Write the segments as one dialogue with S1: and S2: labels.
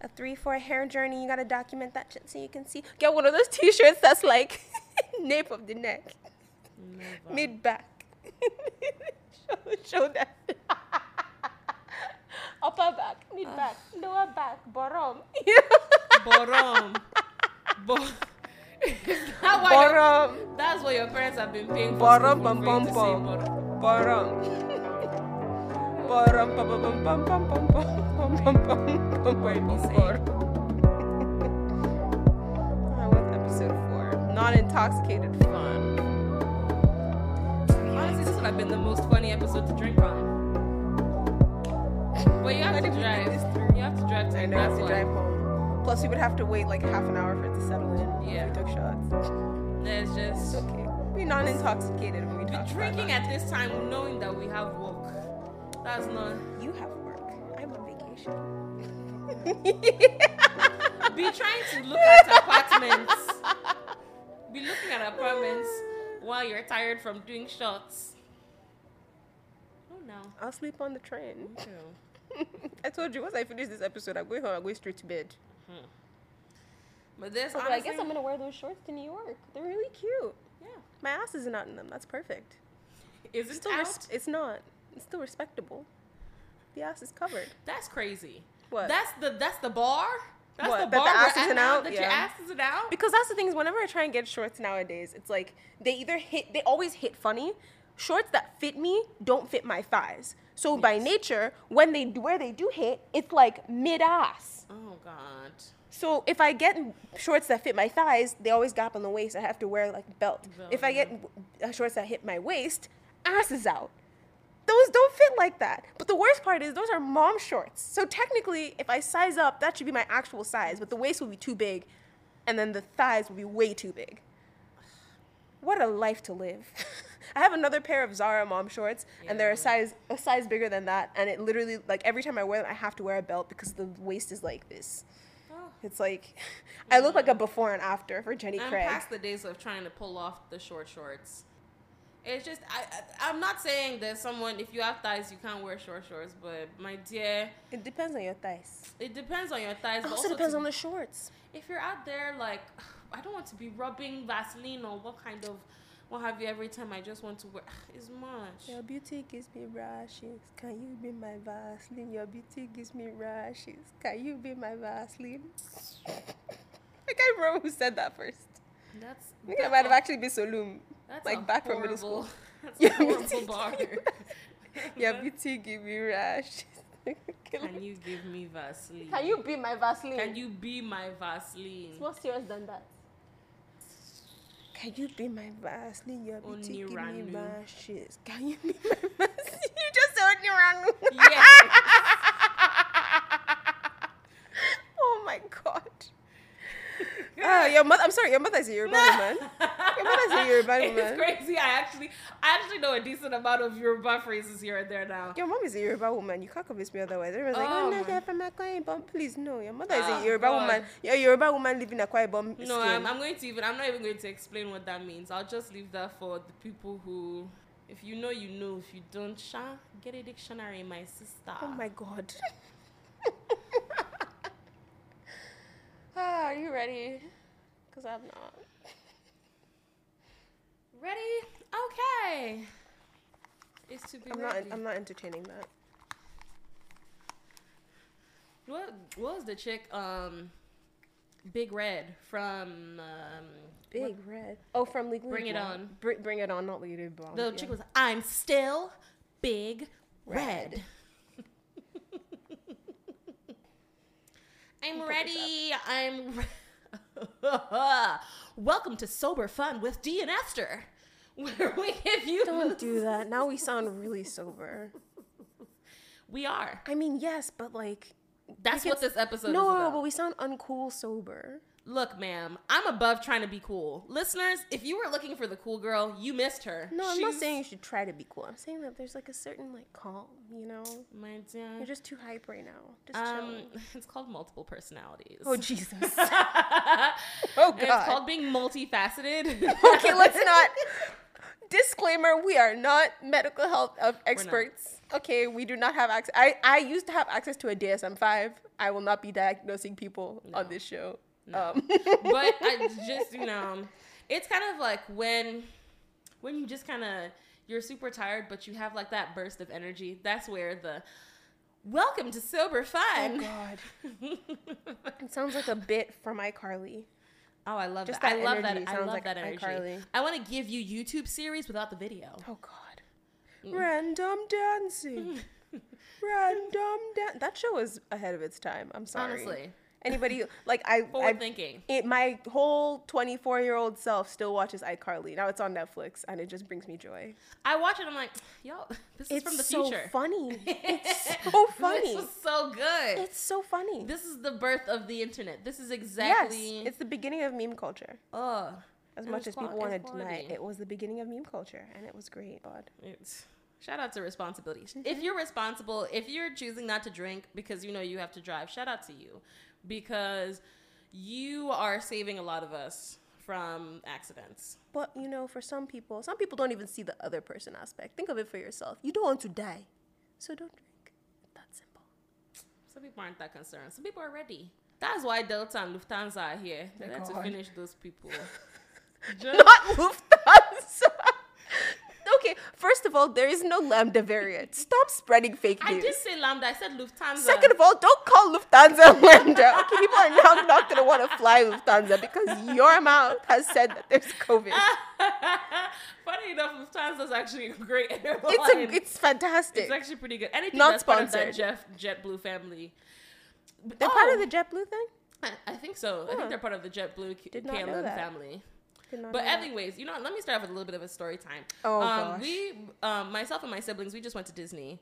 S1: a three, four hair journey. You gotta document that shit so you can see. Get one of those T-shirts that's like nape of the neck, mid back. show, show that. Upper back, mid back, lower back, bottom.
S2: Borom. Bo- Is that why your-
S1: bottom,
S2: that's what your parents have been paying for.
S1: bottom,
S2: school
S1: bum bum
S2: for you to say
S1: bum,
S2: borom.
S1: bottom. Bottom, bum bum bum bum bum bum bum bum bum bum
S2: Wait,
S1: bum
S2: you say.
S1: bum. That was episode four. Non intoxicated fun.
S2: Honestly, this would have been the most funny episode to drink on. But you have to drive. You have to drive to
S1: I
S2: the
S1: know I have
S2: next
S1: to
S2: one.
S1: drive home. Plus, we would have to wait like half an hour for it to settle in. if
S2: Yeah.
S1: We took shots.
S2: There's just
S1: Okay. We're non intoxicated when we talk. about
S2: drinking
S1: that.
S2: at this time, knowing that we have work. That's not.
S1: You have work. I'm on vacation.
S2: Be trying to look at apartments. Be looking at apartments while you're tired from doing shots. Oh no.
S1: I'll sleep on the train. I told you, once I finish this episode, I'm going home. I'm going straight to bed.
S2: Hmm. But this,
S1: But
S2: honestly,
S1: I guess I'm going to wear those shorts to New York. They're really cute.
S2: yeah.
S1: My ass isn't out in them. That's perfect.
S2: Is it
S1: Still
S2: out?
S1: res- it's not. It's still respectable. The ass is covered.
S2: That's crazy.
S1: What?
S2: That's the that's the bar. That's
S1: What,
S2: the
S1: that the
S2: bar. we're
S1: ass
S2: at
S1: isn't
S2: now,
S1: out?
S2: That your
S1: Yeah.
S2: ass isn't out.
S1: Because that's the thing is, whenever I try and get shorts nowadays, it's like they either hit, they always hit funny. Shorts that fit me don't fit my thighs. So by nature, when they where they do hit, it's like mid ass.
S2: Oh god.
S1: So if I get shorts that fit my thighs, they always gap on the waist. I have to wear like a belt.
S2: Belt,
S1: If I
S2: yeah.
S1: get uh, shorts that hit my waist, ass is out. Those don't fit like that. But the worst part is those are mom shorts. So technically, if I size up, that should be my actual size, but the waist will be too big, and then the thighs will be way too big. What a life to live. I have another pair of Zara mom shorts, and they're a size a size bigger than that, and it literally like every time I wear them, I have to wear a belt because the waist is like this.
S2: Oh.
S1: It's like I look like a before and after for Jenny
S2: I'm
S1: Craig.
S2: past the days of trying to pull off the short shorts. It's just I, I I'm not saying that someone if you have thighs you can't wear short shorts, but my dear,
S1: It depends on your thighs.
S2: it depends on your thighs.
S1: It
S2: but
S1: also depends
S2: to-
S1: on the shorts.
S2: if you're out there like I don't want to be rubbing Vaseline or what kind of what have you every time I just want to wear it's much.
S1: Your beauty gives me rashes. Can you be my Vaseline? Your beauty gives me rashes. Can you be my Vaseline? I can't remember who said that first.
S2: That's
S1: I think it
S2: that's
S1: might have
S2: a-
S1: actually been Solum.
S2: that's a
S1: Like back from middle
S2: horrible-
S1: school.
S2: That's
S1: Your
S2: a horrible
S1: beauty-
S2: bar.
S1: Your beauty gives me rashes.
S2: Can you give me Vaseline?
S1: Can you be my Vaseline?
S2: Can you be my Vaseline?
S1: It's more serious than that. Can you be my Vaseline? Your beauty give me
S2: Oniranu.
S1: rashes. Can you be my Vaseline? You just said Oniranu.
S2: Yes.
S1: Oh my god. Ah, your mother. I'm sorry. Your mother is a Yoruba woman. Your mother is a Yoruba woman.
S2: It's crazy. I actually, I actually know a decent amount of Yoruba phrases here and there now.
S1: Your mom is a Yoruba woman. You can't convince me otherwise. Everyone's like,
S2: Oh
S1: oh, no,
S2: my-
S1: you're from Akwa Ibom. Please, no. Your mother is
S2: Ah,
S1: a Yoruba
S2: God.
S1: woman. You're a Yoruba woman living in Akwa Ibom.
S2: No,
S1: skin.
S2: I'm, I'm going to even. I'm not even going to explain what that means. I'll just leave that for the people who, if you know, you know. If you don't, sha, get a dictionary, my sister.
S1: Oh my god. ah, are you ready? Because I'm not.
S2: Ready? Okay. It's to be
S1: I'm not.
S2: ready.
S1: I'm not entertaining that.
S2: What, what was the chick? Um, Big Red from um,
S1: Big red. Oh, from Legally
S2: Bring It
S1: Blonde.
S2: On.
S1: Br- bring it on, not Legally Blonde.
S2: The
S1: Oh, yeah.
S2: chick was, I'm still big
S1: Red.
S2: red. I'm
S1: pull
S2: ready. I'm. re- Welcome to Sober Fun with Dee and Esther, where we give you.
S1: Don't do that. Now we sound really sober.
S2: We are.
S1: I mean, yes, but like,
S2: That's
S1: You
S2: what
S1: can-
S2: this episode
S1: no,
S2: is
S1: no,
S2: about.
S1: but we sound uncool sober.
S2: Look, ma'am, I'm above trying to be cool. Listeners, if you were looking for the cool girl, you missed her.
S1: No, I'm not
S2: She's-
S1: saying you should try to be cool. I'm saying that there's like a certain like calm. You know,
S2: My dear.
S1: you're just too hype right now. Just
S2: Um,
S1: chill.
S2: it's called multiple personalities.
S1: Oh Jesus.
S2: oh
S1: God.
S2: It's called being multifaceted.
S1: okay, let's not. Disclaimer: We are not medical health of experts. Okay, we do not have access. I, I used to have access to a DSM five. I will not be diagnosing people on
S2: No.
S1: this show.
S2: No.
S1: Um,
S2: but I just you know, it's kind of like when when you just kind of you're super tired, but you have like that burst of energy. That's where the welcome to sober
S1: oh
S2: fun.
S1: God, it sounds like a bit from iCarly.
S2: Oh, I love
S1: Just
S2: that.
S1: that
S2: I love
S1: energy
S2: that. I
S1: sounds
S2: love
S1: like
S2: that energy.
S1: iCarly.
S2: I want to give you YouTube series without the video.
S1: Oh God,
S2: Mm.
S1: random dancing, random dance. That show was ahead of its time. I'm sorry.
S2: Honestly,
S1: anybody like I,
S2: forward
S1: I
S2: thinking.
S1: it, my whole 24 year old self still watches iCarly. Now it's on Netflix, and it just brings me joy.
S2: I watch it. I'm like, yo, this is
S1: It's
S2: from the
S1: so
S2: future.
S1: funny. It's so funny.
S2: This is so good.
S1: It's so funny.
S2: this is the birth of the internet. This is
S1: yes,
S2: exactly. oh,
S1: it's the beginning of meme culture.
S2: Ugh.
S1: As
S2: And
S1: much
S2: it's
S1: as people
S2: qual-
S1: want to
S2: it's
S1: deny it,
S2: quality.
S1: it was the beginning of meme culture, and it was great. God.
S2: It's shout out to responsibility.
S1: Mm-hmm.
S2: If you're responsible, if you're choosing not to drink because you know you have to drive, shout out to you because you are saving a lot of us from accidents.
S1: But you know, for some people, some people don't even see the other person aspect. Think of it for yourself. You don't want to die, so don't drink. That simple.
S2: Some people aren't that concerned. Some people are ready. That's why Delta and Lufthansa are here. They're there to
S1: God.
S2: finish those people. Just-
S1: Not Lufthansa. okay, first of all, there is no lambda variant. Stop spreading fake
S2: I
S1: news.
S2: did say Lambda. I said Lufthansa.
S1: Second of all, don't call Lufthansa lambda. Okay, people are now not gonna want to fly Lufthansa because your mouth has said that there's COVID.
S2: Funny enough, Lufthansa is actually a great airline.
S1: It's a, it's fantastic.
S2: It's actually pretty good. Anything
S1: Not
S2: that's part of that
S1: sponsored.
S2: Jeff JetBlue family. But-
S1: They're part
S2: oh,
S1: of the JetBlue thing.
S2: I, I think so. I
S1: Huh.
S2: think they're part of the JetBlue K-
S1: Did not know
S2: KLM
S1: that.
S2: family.
S1: Did not
S2: But
S1: know that.
S2: anyways, you know, what? let me start off with a little bit of a story time.
S1: Oh,
S2: um,
S1: gosh.
S2: we, um, myself and my siblings, we just went to Disney.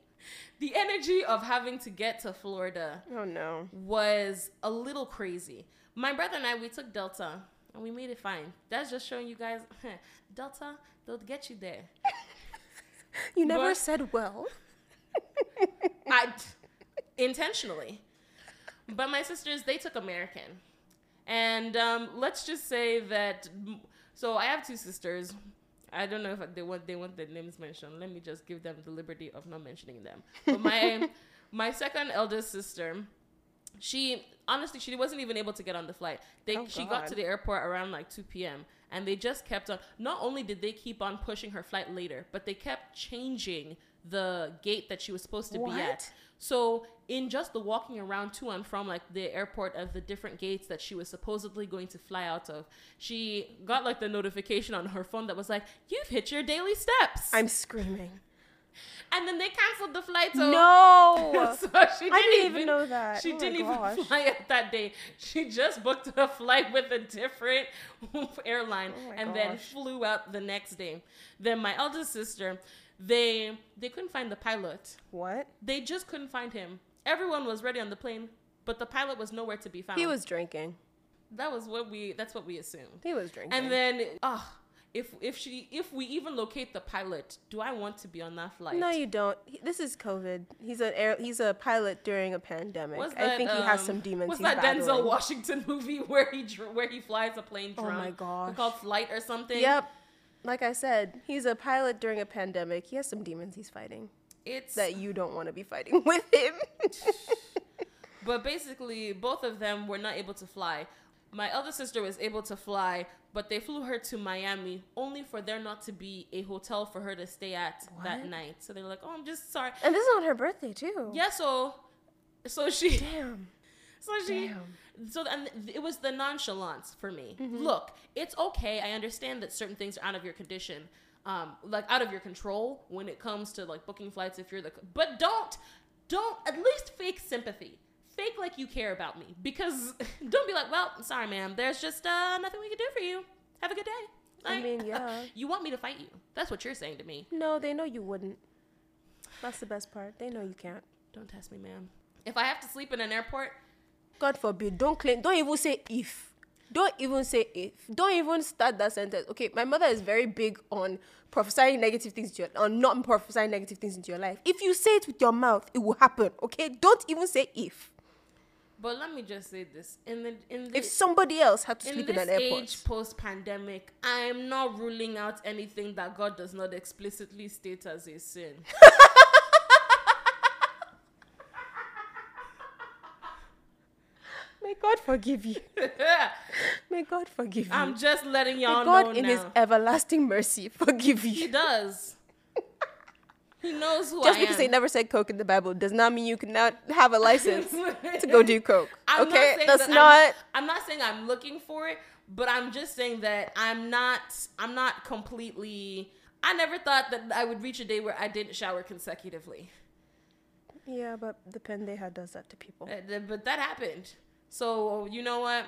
S2: The energy of having to get to Florida
S1: oh no.
S2: was a little crazy. My brother and I, we took Delta and we made it fine. That's just showing you guys, Delta, they'll get you there.
S1: You never
S2: But-
S1: said well.
S2: I intentionally. But my sisters, they took American. And um, let's just say that. So I have two sisters. I don't know if they want they want their names mentioned. Let me just give them the liberty of not mentioning them. But my my second eldest sister, she honestly she wasn't even able to get on the flight. They
S1: Oh,
S2: she got
S1: God.
S2: to the airport around like 2 p.m. and they just kept on. Not only did they keep on pushing her flight later, but they kept changing the gate that she was supposed to be at.
S1: What?
S2: So in just the walking around to and from like the airport of the different gates that she was supposedly going to fly out of, she got like the notification on her phone that was like, "You've hit your daily steps,"
S1: I'm screaming.
S2: and then they canceled the flight. So
S1: no.
S2: so she didn't,
S1: I didn't even know that.
S2: She
S1: Oh my
S2: didn't even
S1: gosh.
S2: fly out that day. She just booked a flight with a different airline
S1: Oh my
S2: and then
S1: gosh.
S2: flew out the next day. Then my eldest sister, they they couldn't find the pilot.
S1: What?
S2: They just couldn't find him. Everyone was ready on the plane, but the pilot was nowhere to be found.
S1: He was drinking.
S2: that was what we that's what we assumed.
S1: He was drinking.
S2: And then ah if if she if we even locate the pilot, do I want to be on that flight?
S1: No, you don't. He- This is COVID. He's an air. He's a pilot during a pandemic.
S2: What's
S1: I think he has
S2: um,
S1: some demons.
S2: What's
S1: he's
S2: that Denzel
S1: battling.
S2: Washington movie where he dr- where he flies a plane
S1: Oh
S2: drunk?
S1: my gosh.
S2: Called Flight or something.
S1: Yep. Like I said, he's a pilot during a pandemic. He has some demons he's fighting
S2: It's
S1: that you don't want to be fighting with him.
S2: but basically both of them were not able to fly. My other sister was able to fly, but they flew her to Miami only for there not to be a hotel for her to stay at that night. So they're like, "Oh, I'm just sorry."
S1: and this is on her birthday too.
S2: Yeah, so so she
S1: Damn.
S2: So she,
S1: Damn. Mm-hmm.
S2: so and th- it was the nonchalance for me. Look, it's okay. I understand that certain things are out of your condition, um, like out of your control when it comes to like booking flights. If you're the, but don't, don't at least fake sympathy. Fake like you care about me because don't be like, well, I'm sorry, ma'am. There's just uh, nothing we can do for you. Have a good day.
S1: I
S2: Like, uh,
S1: mean, yeah.
S2: you want me to fight you? That's what you're saying to me.
S1: No, they know you wouldn't. That's the best part. They know you can't.
S2: Don't test me, ma'am. If I have to sleep in an airport,
S1: God forbid. Don't claim. Don't even say if. Don't even say if. Don't even start that sentence. Okay, my mother is very big on prophesying negative things to your, on not prophesying negative things into your life. If you say it with your mouth, it will happen. Okay, don't even say if.
S2: but let me just say this: in the in the
S1: If somebody else had to
S2: in
S1: sleep in,
S2: this
S1: an airport,
S2: age post pandemic, I'm not ruling out anything that God does not explicitly state as a sin.
S1: May God forgive you. May God forgive you.
S2: I'm just letting y'all
S1: May God,
S2: know
S1: in
S2: now.
S1: His everlasting mercy, forgive
S2: he
S1: you.
S2: does. he knows who
S1: Just
S2: I
S1: because
S2: am.
S1: they never said coke in the Bible does not mean you cannot have a license to go do coke.
S2: I'm not
S1: okay,
S2: saying
S1: that's
S2: that
S1: not.
S2: I'm, I'm not saying I'm looking for it, but I'm just saying that I'm not. I'm not completely. I never thought that I would reach a day where I didn't shower consecutively,
S1: Yeah, but the pendeja does that to people.
S2: Uh, th- but that happened. So you know what?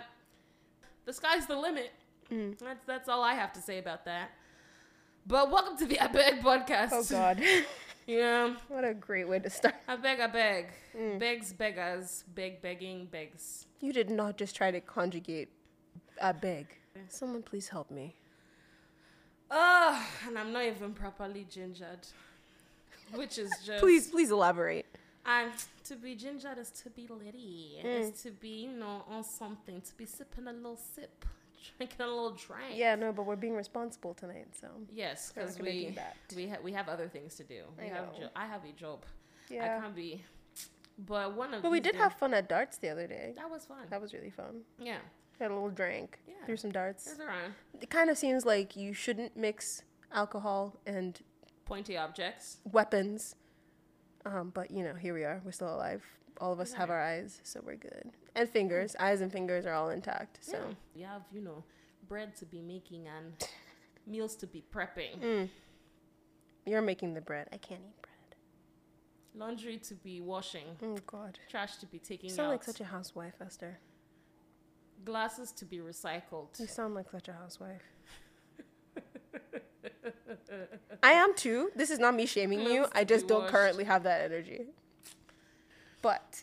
S2: The sky's the limit.
S1: Mm.
S2: That's that's all I have to say about that. But welcome to the I Beg podcast.
S1: Oh God,
S2: Yeah,
S1: what a great way to start.
S2: I beg, I beg,
S1: Mm.
S2: begs, beggars, beg, begging, begs.
S1: You did not just try to conjugate. I beg. Someone please help me.
S2: Oh, and I'm not even properly gingered, which is just
S1: Please, please elaborate.
S2: I'm to be gingered is to be litty,
S1: Mm.
S2: is to be you know on something, to be sipping a little sip, drinking a little drink.
S1: Yeah, no, but we're being responsible tonight, so
S2: Yes,
S1: We're not
S2: because
S1: gonna
S2: we
S1: do that.
S2: we ha- we have other things to do. We
S1: I
S2: have
S1: know.
S2: jo- I have a job. I
S1: yeah.
S2: can't be. But one of
S1: But we
S2: these
S1: did
S2: days-
S1: have fun at darts the other day.
S2: that was fun.
S1: That was really fun.
S2: Yeah,
S1: We had a little drink.
S2: Yeah.
S1: Threw some darts.
S2: there's around
S1: It kind of seems like you shouldn't mix alcohol and
S2: pointy objects.
S1: weapons. Um, but you know, here we are. We're still alive. All of us have our eyes, so we're good. And fingers, eyes and fingers are all intact. So
S2: Yeah. You have, you know, bread to be making and meals to be prepping,
S1: Mm. you're making the bread. I can't eat bread.
S2: laundry to be washing,
S1: Oh God.
S2: trash to be taking
S1: You sound
S2: out,
S1: like such a housewife, Esther.
S2: glasses to be recycled.
S1: You sound like such a housewife. I am too. This is not me shaming you.
S2: Clothes
S1: I
S2: to
S1: just
S2: be
S1: don't
S2: washed.
S1: currently have that energy. But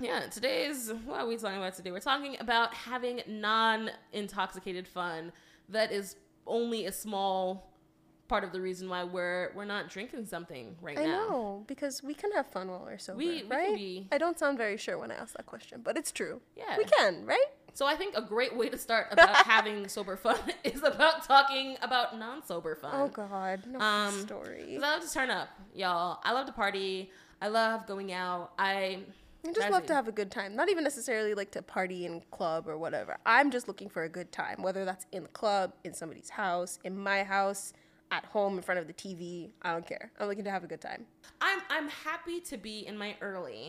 S2: Yeah, today is what are we talking about today? We're talking about having non intoxicated fun that is only a small part of the reason why we're we're not drinking something right
S1: I
S2: now.
S1: know because we can have fun while we're sober,
S2: We- we can
S1: right?
S2: be-
S1: I don't sound very sure when I ask that question, but it's true.
S2: Yeah.
S1: we can, right?
S2: So I think a great way to start about having sober fun is about talking about non sober fun.
S1: Oh God, no
S2: Um,
S1: story.
S2: 'Cause I love to turn up, y'all. I love to party. I love going out. I
S1: I just
S2: that's
S1: love
S2: it.
S1: to have a good time. Not even necessarily like to party in club or whatever. I'm just looking for a good time, whether that's in the club, in somebody's house, in my house, at home in front of the TV. I don't care. I'm looking to have a good time.
S2: I'm I'm happy to be in my early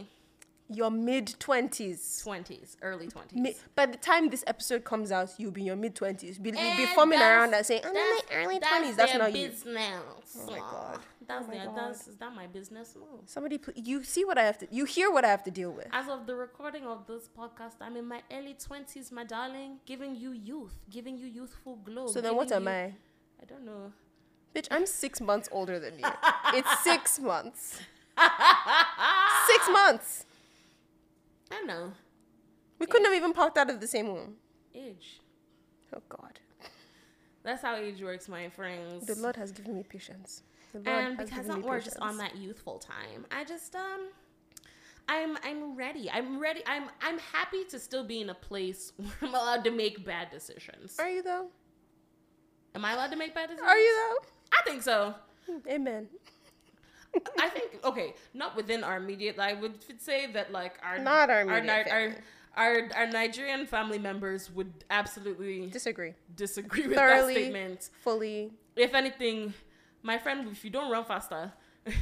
S1: Your mid twenties.
S2: twenties, early twenties.
S1: Mi- by the time this episode comes out, you'll be in your mid twenties. Be, you'll be
S2: And
S1: forming
S2: that's-
S1: around and saying, "I'm in my
S2: that's-
S1: early
S2: that's
S1: 20s. That's
S2: their
S1: not you.
S2: business.
S1: Oh my God.
S2: That's
S1: Oh my
S2: their,
S1: God.
S2: that's is that my business. Ooh.
S1: Somebody, pl- you see what I have to. You hear what I have to deal with.
S2: As of the recording of this podcast, I'm in my early twenties, my darling, giving you youth, giving you youthful glow.
S1: so then, what
S2: giving
S1: am
S2: you-
S1: I?
S2: I don't know.
S1: Bitch, I'm six months older than you. it's six months. six months.
S2: I don't know
S1: We couldn't have even popped out of the same womb.
S2: age.
S1: Oh God.
S2: That's how age works, my friends.
S1: The Lord has given me patience. The Lord
S2: and
S1: has
S2: because
S1: given
S2: I'm
S1: me
S2: we're just on
S1: patience.
S2: that youthful time, I just um, I'm I'm ready. I'm ready. I'm I'm happy to still be in a place where I'm allowed to make bad decisions.
S1: Are you though?
S2: Am I allowed to make bad decisions?
S1: Are you
S2: I think so.
S1: though? Hmm, Amen.
S2: I think okay, not within our immediate. I would f- say that like our
S1: Not our immediate
S2: Ni- our,
S1: family.
S2: our our Nigerian family members would absolutely
S1: Disagree.
S2: disagree with
S1: Thoroughly.
S2: that statement.
S1: Fully.
S2: If anything, my friend, if you don't run faster, you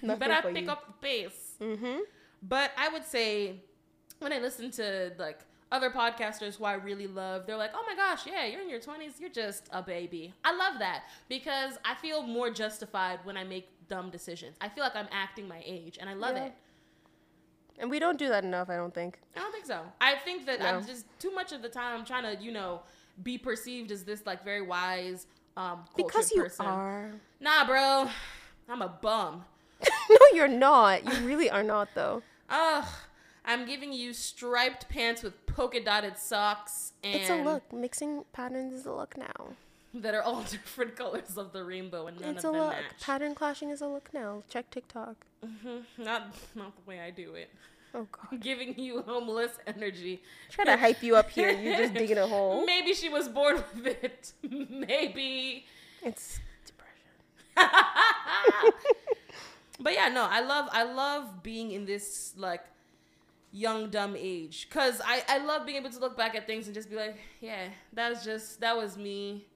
S1: Nothing for
S2: better pick
S1: you.
S2: up the pace.
S1: Mm-hmm.
S2: But I would say when I listen to like other podcasters who I really love, they're like, "Oh my gosh, yeah, you're in your 20s, you're just a baby." I love that because I feel more justified when I make dumb decisions. I feel like I'm acting my age and I love
S1: Yeah.
S2: it.
S1: And we don't do that enough, I don't think.
S2: I don't think so. I think that I'm
S1: No.
S2: just too much of the time I'm trying to, you know, be perceived as this like very wise um cultured
S1: Because you
S2: person.
S1: are.
S2: Nah, bro. I'm a bum.
S1: no, you're not. You really are not though.
S2: Ugh. I'm giving you striped pants with polka dotted socks and
S1: It's a look. Mixing patterns is a look now.
S2: that are all different colors of the rainbow and none
S1: it's a
S2: of them
S1: look.
S2: match.
S1: Pattern clashing is a look now. Check TikTok.
S2: Mm-hmm. not not the way I do it.
S1: Oh God.
S2: Giving you homeless energy.
S1: Try to hype you up here. You're just digging a hole.
S2: Maybe she was born with it. Maybe.
S1: It's depression.
S2: But yeah, no, I love I love being in this like young dumb age because I, I love being able to look back at things and just be like yeah that was just that was me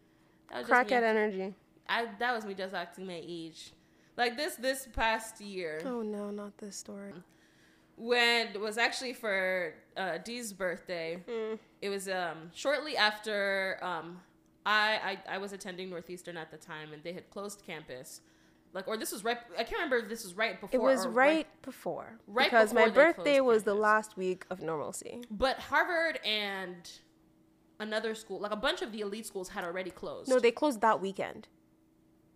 S2: that was just me.
S1: Crackhead energy.
S2: I, that was me just acting my age like this this past year
S1: Oh no, not this story.
S2: when it was actually for uh, Dee's birthday.
S1: Mm.
S2: It was um, shortly after um, I, I I was attending Northeastern at the time, and they had closed campus. Like, or this was right. I can't remember if this was right before.
S1: It was
S2: or
S1: right, before.
S2: right
S1: because
S2: before
S1: my
S2: they closed
S1: birthday was the
S2: campus.
S1: last week of normalcy.
S2: But Harvard and another school, like a bunch of the elite schools, had already closed.
S1: No, they closed that weekend.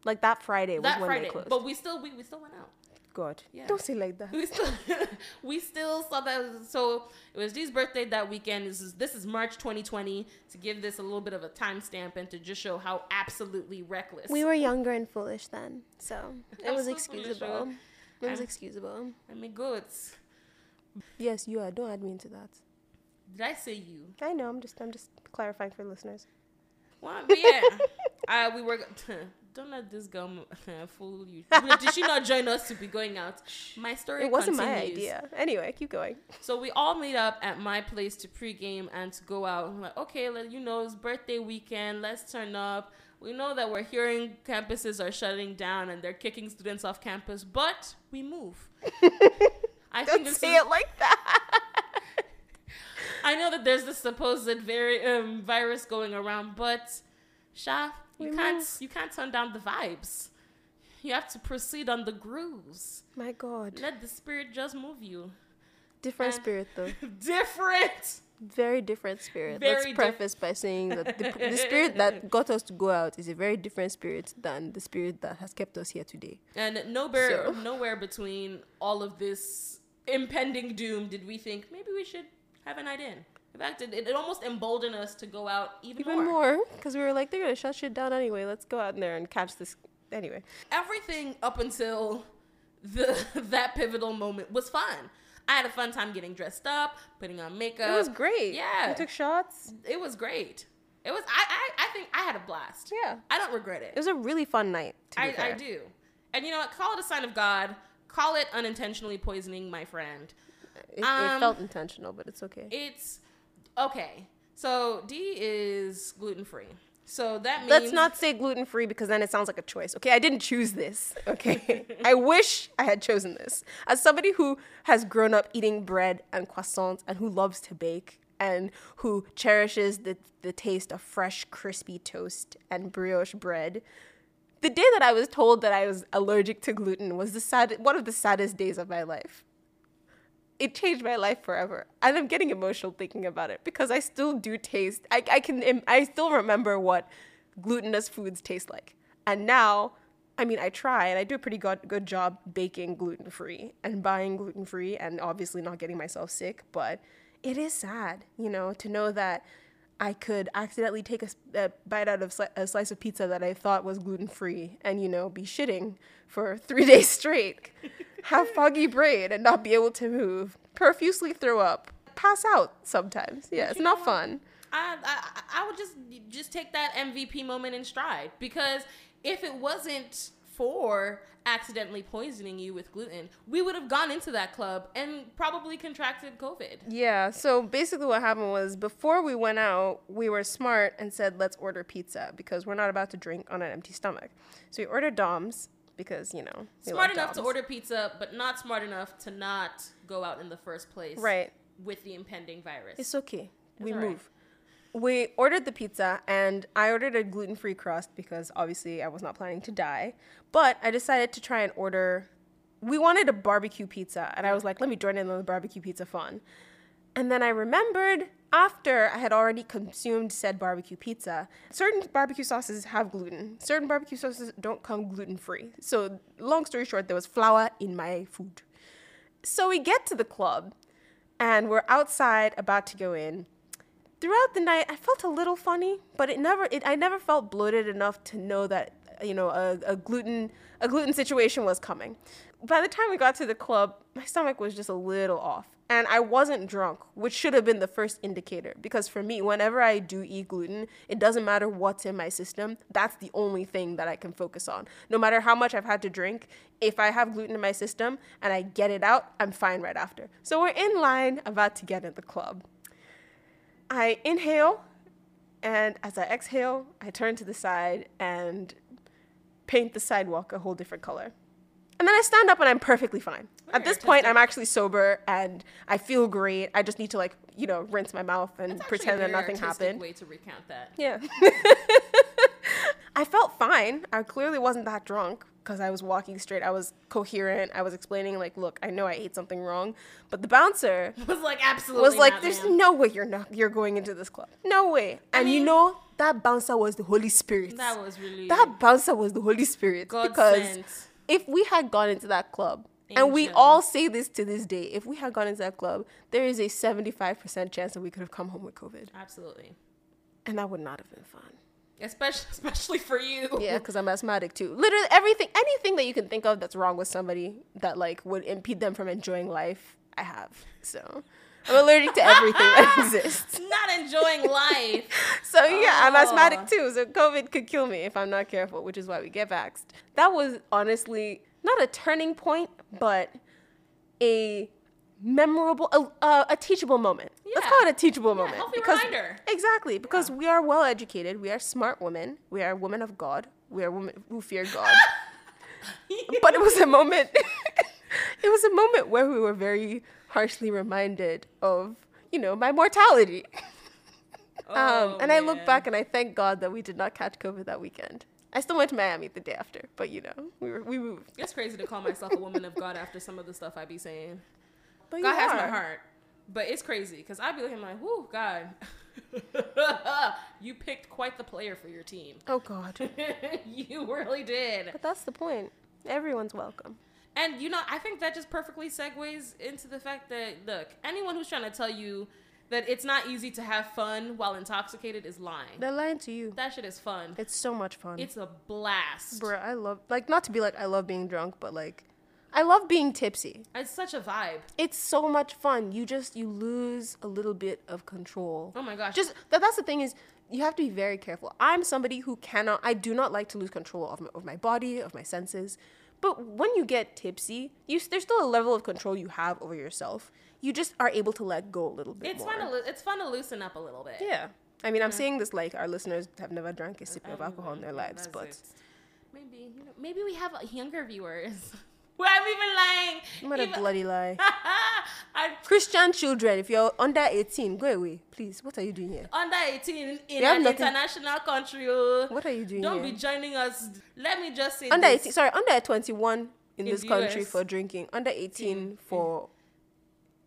S1: Like that Friday was
S2: that
S1: when
S2: Friday.
S1: they closed.
S2: But we still we, we still went out.
S1: God.
S2: Yeah.
S1: Don't say like that.
S2: we still we still saw that so it was Dee's birthday that weekend this is this is march 2020 to give this a little bit of a timestamp and to just show how absolutely reckless
S1: We were younger and foolish then, so it
S2: I'm
S1: was
S2: so
S1: excusable.
S2: foolish,
S1: It was
S2: I'm-
S1: excusable.
S2: i mean goods
S1: Yes, you are. Don't add me into that.
S2: did i say you
S1: I know. I'm just. I'm just clarifying for listeners.
S2: well but yeah uh, we were don't let this girl fool you did she not join us to be going out my story
S1: It wasn't my
S2: continues.
S1: idea. Anyway, keep going.
S2: So we all meet up at my place to pregame and to go out. I'm like, okay, let you know it's birthday weekend. Let's turn up. We know that we're hearing campuses are shutting down and they're kicking students off campus, but we move. I think
S1: Don't
S2: this
S1: say
S2: is,
S1: it like that.
S2: I know that there's this supposed very um, virus going around, but Sha, you
S1: We
S2: can't you can't turn down the vibes. You have to proceed on the grooves.
S1: My God,
S2: Let the spirit just move you.
S1: different
S2: And-
S1: spirit though.
S2: Different.
S1: Very different spirit.
S2: Very
S1: Let's
S2: diff-
S1: preface by saying that the, the spirit that got us to go out is a very different spirit than the spirit that has kept us here today.
S2: And nowhere,
S1: So-
S2: nowhere between all of this impending doom did we think maybe we should have a night in. In fact, it, it almost emboldened us to go out even,
S1: Even more, because we were like, they're gonna shut shit down anyway. Let's go out in there and catch this. Anyway,
S2: Everything up until the that pivotal moment was fun. I had a fun time getting dressed up, putting on makeup.
S1: it was great.
S2: Yeah,
S1: we took shots.
S2: it was great. It was. I, I I think I had a blast.
S1: Yeah.
S2: I don't regret it.
S1: It was a really fun night. To be
S2: I, I
S1: fair.
S2: do. And you know what? Call it a sign of God. Call it unintentionally poisoning my friend.
S1: It, it
S2: Um,
S1: felt intentional, but it's okay.
S2: It's okay. So D is gluten free. So that means
S1: Let's not say gluten free because then it sounds like a choice. Okay, I didn't choose this. Okay, I wish I had chosen this. As somebody who has grown up eating bread and croissants and who loves to bake and who cherishes the, the taste of fresh, crispy toast and brioche bread, the day that I was told that I was allergic to gluten was the sad, one of the saddest days of my life. It changed my life forever, and I'm getting emotional thinking about it because I still do taste. I, I can im- I still remember what glutinous foods taste like, and now, I mean, I try and I do a pretty good good job baking gluten free and buying gluten free, and obviously not getting myself sick. But it is sad, you know, to know that I could accidentally take a, s- a bite out of sli- a slice of pizza that I thought was gluten free and, you know, be shitting for three days straight, have foggy brain and not be able to move, profusely throw up, pass out sometimes. Yeah, it's not fun.
S2: I, I I would just just take that MVP moment in stride because if it wasn't for accidentally poisoning you with gluten, we would have gone into that club and probably contracted COVID.
S1: Yeah, so basically what happened was before we went out, we were smart and said, let's order pizza because we're not about to drink on an empty stomach. So we ordered Dom's because, you know, we
S2: Smart
S1: love
S2: enough to
S1: Dom's.
S2: order pizza, but not smart enough to not go out in the first place.
S1: Right.
S2: With the impending virus.
S1: It's okay. we
S2: all right.
S1: move. We ordered the pizza and I ordered a gluten free crust because obviously I was not planning to die. But I decided to try and order. We wanted a barbecue pizza and I was like, let me join in on the barbecue pizza fun. And then I remembered after I had already consumed said barbecue pizza, certain barbecue sauces have gluten. Certain barbecue sauces don't come gluten free. So, long story short, there was flour in my food. So we get to the club and we're outside about to go in. Throughout the night, I felt a little funny, but it never it, I never felt bloated enough to know that you know a, a gluten a gluten situation was coming. By the time we got to the club, my stomach was just a little off. and I wasn't drunk, which should have been the first indicator. Because for me, whenever I do eat gluten, it doesn't matter what's in my system. That's the only thing that I can focus on. No matter how much I've had to drink, if I have gluten in my system and I get it out, I'm fine right after. So we're in line, about to get in the club. I inhale, and as I exhale, I turn to the side and paint the sidewalk a whole different color. And then I stand up and I'm perfectly fine. At this point,
S2: artistic.
S1: I'm actually sober and I feel great. I just need to, like, you know, rinse my mouth and
S2: It's actually a
S1: pretend that
S2: very
S1: nothing
S2: artistic
S1: happened.
S2: Way to recount that.
S1: Yeah. I felt fine. I clearly wasn't that drunk because I was walking straight. I was coherent. I was explaining, like, look, I know I ate something wrong, but the bouncer
S2: was like absolutely
S1: was like,
S2: not,
S1: "There's
S2: ma'am.
S1: no way you're not you're going into this club. No way." and you
S2: mean-
S1: know that bouncer was the Holy Spirit.
S2: that was really
S1: That bouncer was the Holy Spirit
S2: God
S1: because
S2: sent.
S1: if we had gone into that club, and we
S2: Angel.
S1: all say this to this day, if we had gone into that club, there is a 75% chance that we could have come home with COVID,
S2: absolutely
S1: and that would not have been fun.
S2: especially especially for you.
S1: Yeah, because I'm asthmatic too. Literally everything, anything that you can think of that's wrong with somebody that like would impede them from enjoying life, I have. So I'm allergic to everything that exists.
S2: not enjoying life.
S1: So yeah, I'm
S2: Oh.
S1: asthmatic too. So COVID could kill me if I'm not careful, which is why we get vaxxed. That was honestly not a turning point, but a memorable, a, a, a teachable moment. Let's
S2: Yeah.
S1: call it a teachable moment.
S2: healthy reminder.
S1: Exactly, because we are well educated, we are smart women, we are women of God, we are women who fear God. but it was a moment it was a moment where we were very harshly reminded of you know my mortality um,
S2: Oh,
S1: and i look
S2: man.
S1: back and i thank god that we did not catch covid that weekend i still went to miami the day after but you know we were we moved
S2: It's crazy to call myself a woman of God after some of the stuff I be saying.
S1: but
S2: God
S1: you
S2: has my
S1: are.
S2: heart, but it's crazy because I be looking like, "Whoo, God, you picked quite the player for your team.
S1: oh god
S2: you really did."
S1: but that's the point everyone's welcome
S2: And you know, I think that just perfectly segues into the fact that look, anyone who's trying to tell you that it's not easy to have fun while intoxicated is lying.
S1: they're lying to you
S2: That shit is fun.
S1: it's so much fun
S2: It's a blast.
S1: bruh i love like not to be like i love being drunk but like i love being tipsy
S2: It's such a vibe.
S1: it's so much fun you just you lose a little bit of control
S2: Oh my gosh.
S1: just that, that's the thing is you have to be very careful i'm somebody who cannot i do not like to lose control of my, of my body of my senses but when you get tipsy you s- there's still a level of control you have over yourself you just are able to let go a little bit
S2: it's
S1: more.
S2: fun to loo- it's fun to loosen up a little bit.
S1: yeah i mean i'm saying this like our listeners have never drank a sip of
S2: I
S1: alcohol in their
S2: mean,
S1: lives
S2: that's
S1: but
S2: it. maybe you know, maybe we have younger viewers. Well, I'm even lying.
S1: what a
S2: Even-
S1: bloody lie
S2: I'm
S1: christian children if you're under 18 go away please what are you doing here
S2: under 18 in
S1: have
S2: an
S1: nothing-
S2: international country. oh.
S1: what are you doing
S2: Don't
S1: here?
S2: be joining us. Let me just say
S1: under
S2: this.
S1: 18 sorry under 21 in,
S2: In
S1: this
S2: the Mm-hmm.
S1: country
S2: US.
S1: for drinking under 18 for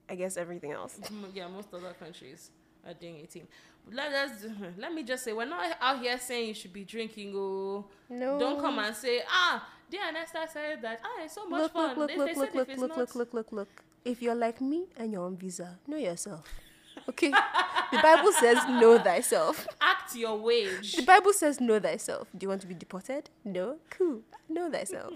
S1: i guess everything else
S2: Mm, yeah, most other countries are doing 18. Let us let me just say we're not out here saying you should be drinking. Oh,
S1: No.
S2: don't come and say ah. The Anesta said that ah, it's so much
S1: look look
S2: fun.
S1: look
S2: They- they
S1: look
S2: said
S1: look
S2: if
S1: look
S2: it's
S1: look
S2: not-
S1: look look look look if you're like me and you're on visa know yourself okay the bible says know thyself
S2: Act your wage.
S1: the bible says know thyself do you want to be deported no cool know thyself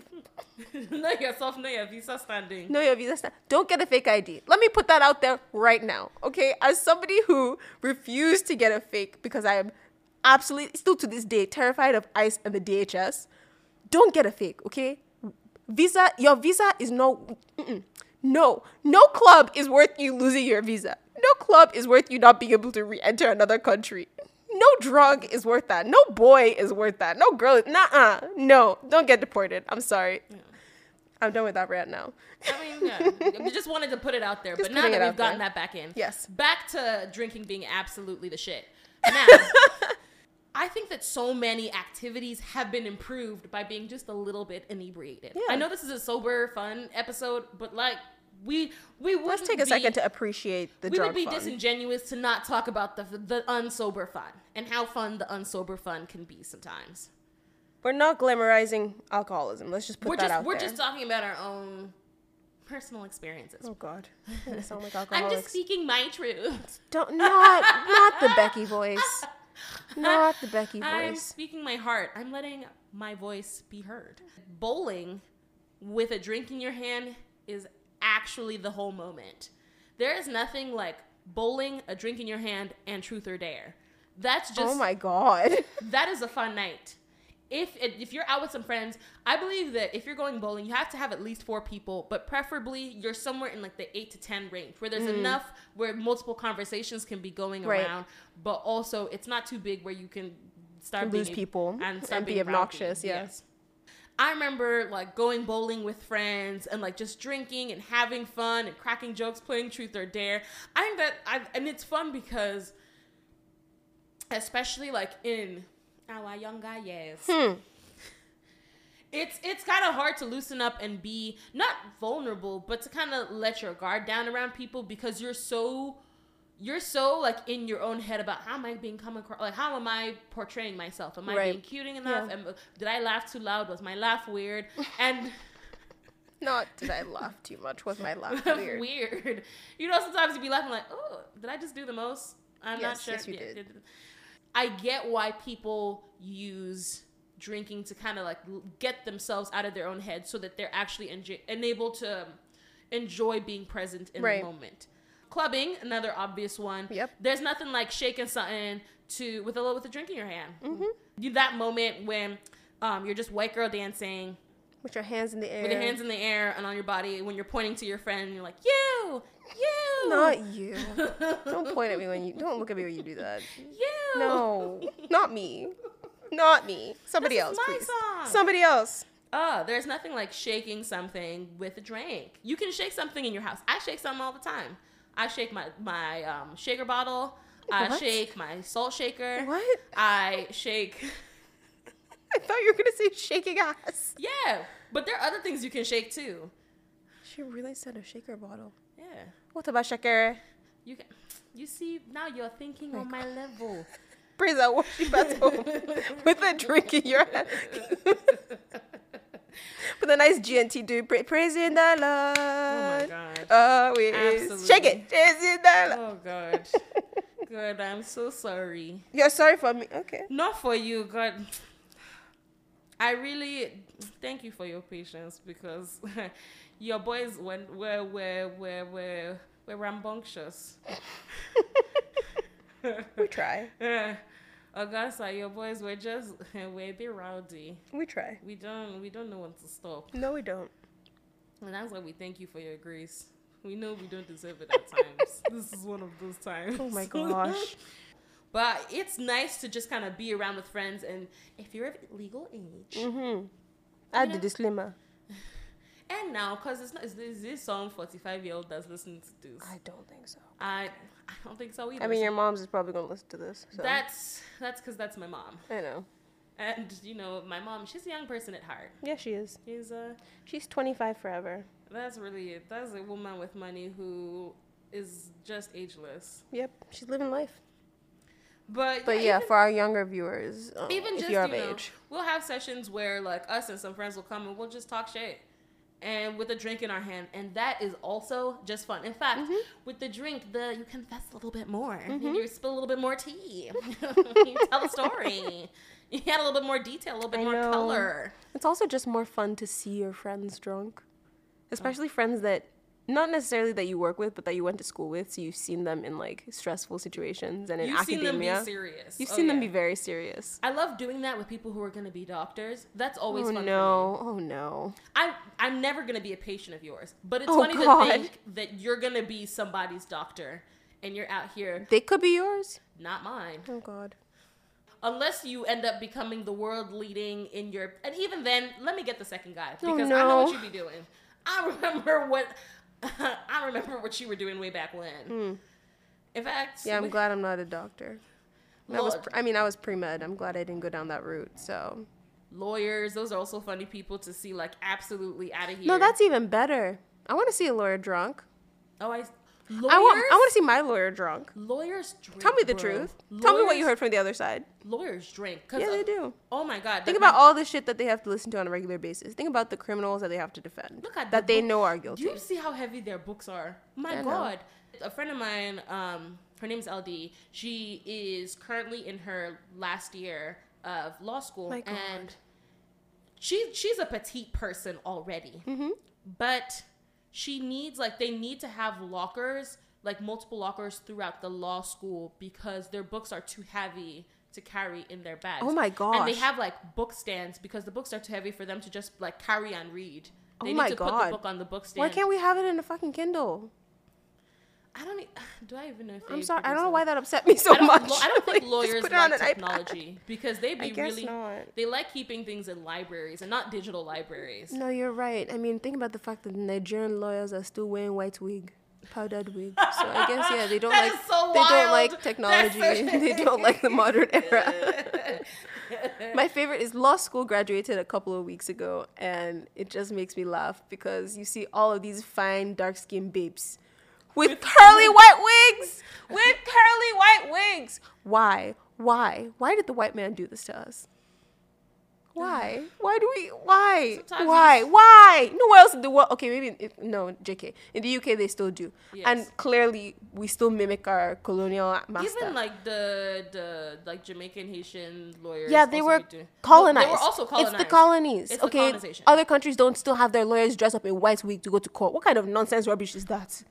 S2: know yourself. Know your visa standing.
S1: know your visa stamp. Don't get a fake ID. Let me put that out there right now, okay? As somebody who refused to get a fake because I am absolutely still to this day terrified of ICE and the DHS. Don't get a fake, okay? Visa, your visa is no, mm-mm. no, no club is worth you losing your visa. No club is worth you not being able to re-enter another country. No drug is worth that. No boy is worth that. No girl. is- Nah, no. Don't get deported. I'm sorry. I'm done with that rant now.
S2: I mean, yeah. we just wanted to put it out there, but now
S1: putting
S2: that
S1: it
S2: we've
S1: out there.
S2: gotten that back in,
S1: Yes.
S2: back to drinking being absolutely the shit. Now, I think that so many activities have been improved by being just a little bit inebriated.
S1: Yeah.
S2: I know this is a sober, fun episode, but like we we would
S1: Let's take a second to appreciate the
S2: we
S1: drug
S2: would be
S1: fun.
S2: disingenuous to not talk about the the unsober fun and how fun the unsober fun can be sometimes.
S1: We're not glamorizing alcoholism. Let's just put
S2: we're
S1: that
S2: just
S1: out
S2: we're
S1: there.
S2: just talking about our own personal experiences.
S1: oh God, I sound like
S2: I'm
S1: alcoholics.
S2: just speaking my truth.
S1: Don't not not the Becky voice. Not the Becky
S2: I'm
S1: voice.
S2: speaking my heart. I'm letting my voice be heard. Bowling with a drink in your hand is actually the whole moment. There is nothing like bowling, a drink in your hand, and truth or dare. That's just
S1: oh my god.
S2: that is a fun night. If if you're out with some friends, I believe that if you're going bowling, you have to have at least four people, but preferably you're somewhere in like the eight to ten range where there's enough where multiple conversations can be going
S1: Mm. Right.
S2: around, but also it's not too big where you can start
S1: Lose
S2: being,
S1: people
S2: start
S1: and be
S2: being rowdy.
S1: obnoxious, yeah.
S2: I remember like going bowling with friends and like just drinking and having fun and cracking jokes, playing truth or dare. I think that I and it's fun because especially like in our young guy yes. It's it's kind of hard to loosen up and be not vulnerable, but to kind of let your guard down around people because you're so you're so like in your own head about how am I being come across? Like how am I portraying myself? Am I
S1: Right.
S2: being cute enough?
S1: Yeah.
S2: Am- did I laugh too loud? Was my laugh weird? And
S1: Not did I laugh too much? Was my laugh
S2: weird.
S1: weird?
S2: You know, sometimes you be laughing like, oh, did I just do the most? I'm not
S1: Yes,
S2: sure.
S1: yes, you did.
S2: I get why people use drinking to kind of like l- get themselves out of their own head so that they're actually enj- enabled to um, enjoy being present in
S1: Right.
S2: the moment. Clubbing, another obvious one.
S1: Yep.
S2: There's nothing like shaking something to with a little with a drink in your hand.
S1: Mm-hmm.
S2: You, that moment when um, you're just white girl dancing,
S1: With your hands in the air.
S2: with your hands in the air and on your body when you're pointing to your friend and you're like you you
S1: Not you. Don't point at me when you. Don't look at me when you do that.
S2: you
S1: No, not me. Not me. Somebody
S2: This
S1: else,
S2: is my
S1: please.
S2: song.
S1: Somebody else.
S2: oh there's nothing like shaking something with a drink you can shake something in your house i shake something all the time i shake my my um, shaker bottle i
S1: What?
S2: shake my salt shaker
S1: What?
S2: i shake
S1: I thought you were gonna say shaking ass.
S2: yeah but there are other things you can shake too
S1: She really said a shaker bottle.
S2: yeah
S1: What about shaker?
S2: you can you see now you're thinking
S1: Oh
S2: on my level
S1: Brisa, what you about to open with a drink in your hand? with a nice GNT dude, pra- praising the Lord.
S2: Oh God.
S1: Always. Shake it. Praising the Lord.
S2: oh god good i'm so sorry
S1: You're sorry for me. Okay.
S2: not for you god i really thank you for your patience because your boys went were were were were, were rambunctious
S1: We try.
S2: Uh, augusta your boys were just were a bit rowdy
S1: We try.
S2: we don't we don't know when to stop
S1: No, we don't.
S2: and that's why we thank you for your grace we know we don't deserve it at times this is one of those times
S1: Oh my gosh.
S2: But it's nice to just kind of be around with friends, and if you're of legal age,
S1: mm-hmm. Add the disclaimer.
S2: and now, cause it's not, is this, is this some 45 year old that's listening to this?
S1: I don't think so.
S2: I, I don't think so either.
S1: I mean,
S2: So
S1: your mom's is probably gonna listen to this. So.
S2: that's that's because that's my mom,
S1: I know.
S2: and you know, my mom, she's a young person at heart.
S1: Yeah, she is.
S2: She's a,
S1: She's 25 forever.
S2: that's really it. That's a woman with money who is just ageless.
S1: Yep, she's living life.
S2: But
S1: But yeah, for our younger viewers, um,
S2: even
S1: if
S2: just
S1: you're
S2: you
S1: of
S2: know,
S1: age,
S2: we'll have sessions where like us and some friends will come and we'll just talk shit and with a drink in our hand and that is also just fun in fact
S1: Mm-hmm.
S2: with the drink the you confess a little bit more Maybe you spill a little bit more tea you tell a story you add a little bit more detail a little bit
S1: I
S2: more
S1: know.
S2: color
S1: it's also just more fun to see your friends drunk, especially
S2: Oh.
S1: friends that not necessarily that you work with, but that you went to school with. So you've seen them in like stressful situations and in
S2: you've seen them be
S1: academia.
S2: serious
S1: you've
S2: Oh,
S1: seen them be
S2: yeah.
S1: very serious.
S2: I love doing that with people who are going to be doctors. That's always
S1: Oh
S2: fun. for me.
S1: no! Oh no!
S2: I I'm never gonna be a patient of yours, but it's
S1: Oh,
S2: funny
S1: God.
S2: to think that you're gonna be somebody's doctor, and you're out here,
S1: They could be yours.
S2: not mine,
S1: Oh god.
S2: unless you end up becoming the world leading in your. And even then, let me get the second guy because
S1: Oh,
S2: I know what
S1: no.
S2: you be doing. I remember what I remember what you were doing way back when. In fact,
S1: Hmm. Yeah, I'm
S2: we-
S1: glad I'm not a doctor. I was.
S2: Lord.
S1: Pre- I mean, I was pre med. I'm glad I didn't go down that route. So
S2: lawyers; those are also funny people to see, like absolutely out of here.
S1: no, that's even better. I want to see a lawyer drunk.
S2: oh, I lawyers.
S1: I want. I want to see my lawyer drunk.
S2: lawyers. Drink,
S1: Tell me the
S2: bro.
S1: truth. Tell me what you
S2: Lawyers-
S1: heard from the other side.
S2: lawyers drink. 'cause
S1: Yeah, they
S2: of-
S1: do.
S2: Oh my god!
S1: Think
S2: like,
S1: about all the shit that they have to listen to on a regular basis. Think about the criminals that they have to defend.
S2: Look at
S1: that
S2: the
S1: they
S2: book-
S1: know are
S2: Do
S1: guilty.
S2: you see how heavy their books are? My
S1: I know.
S2: god! A friend of mine, um, her name's LD. She is currently in her last year of law school,
S1: My God.
S2: and she she's a petite
S1: Mm-hmm.
S2: person already, but she needs like they need to have lockers like multiple lockers throughout the law school because their books are too heavy to carry in their bags.
S1: Oh my
S2: And they
S1: gosh.
S2: have like book stands because the books are too heavy for them to just like carry and read.
S1: Oh
S2: They need
S1: my
S2: to put
S1: God.
S2: the book on the book stand.
S1: Why can't we have it in a fucking Kindle?
S2: I don't. e- Do I even know if
S1: I'm
S2: they
S1: sorry. I
S2: produce
S1: don't know
S2: it?
S1: why that upset me so
S2: I don't,
S1: much.
S2: lo- I don't
S1: Like,
S2: think
S1: just
S2: lawyers
S1: put it on
S2: like
S1: an iPad.
S2: technology because they
S1: I
S2: be
S1: guess
S2: really
S1: not.
S2: they like keeping things in libraries and not digital libraries.
S1: No, you're right. I mean, think about the fact that Nigerian lawyers are still wearing white wig, powdered wig. So I guess yeah, they don't
S2: That
S1: like
S2: is so
S1: they don't
S2: wild.
S1: like
S2: That's
S1: technology.
S2: so-
S1: they don't like the modern era. My favorite is law school graduated a couple of weeks ago, and it just makes me laugh because you see all of these fine dark skinned babes with curly white wigs, with curly white wigs. Why? Why? Why did the white man do this to us? Why? Why do we? Why?
S2: Sometimes you
S1: why?
S2: just-
S1: Why? Nowhere else in the world. Okay, maybe in- if, no, JK. In the UK, they still do,
S2: Yes.
S1: and clearly we still mimic our colonial master.
S2: Even like the the like Jamaican Haitian lawyers.
S1: yeah, they
S2: also
S1: were
S2: be doing-
S1: colonized.
S2: They were also colonized.
S1: It's the colonies.
S2: It's the
S1: okay,
S2: colonization.
S1: other countries don't still have their lawyers dress up in white wig to go to court. What kind of nonsense rubbish is that?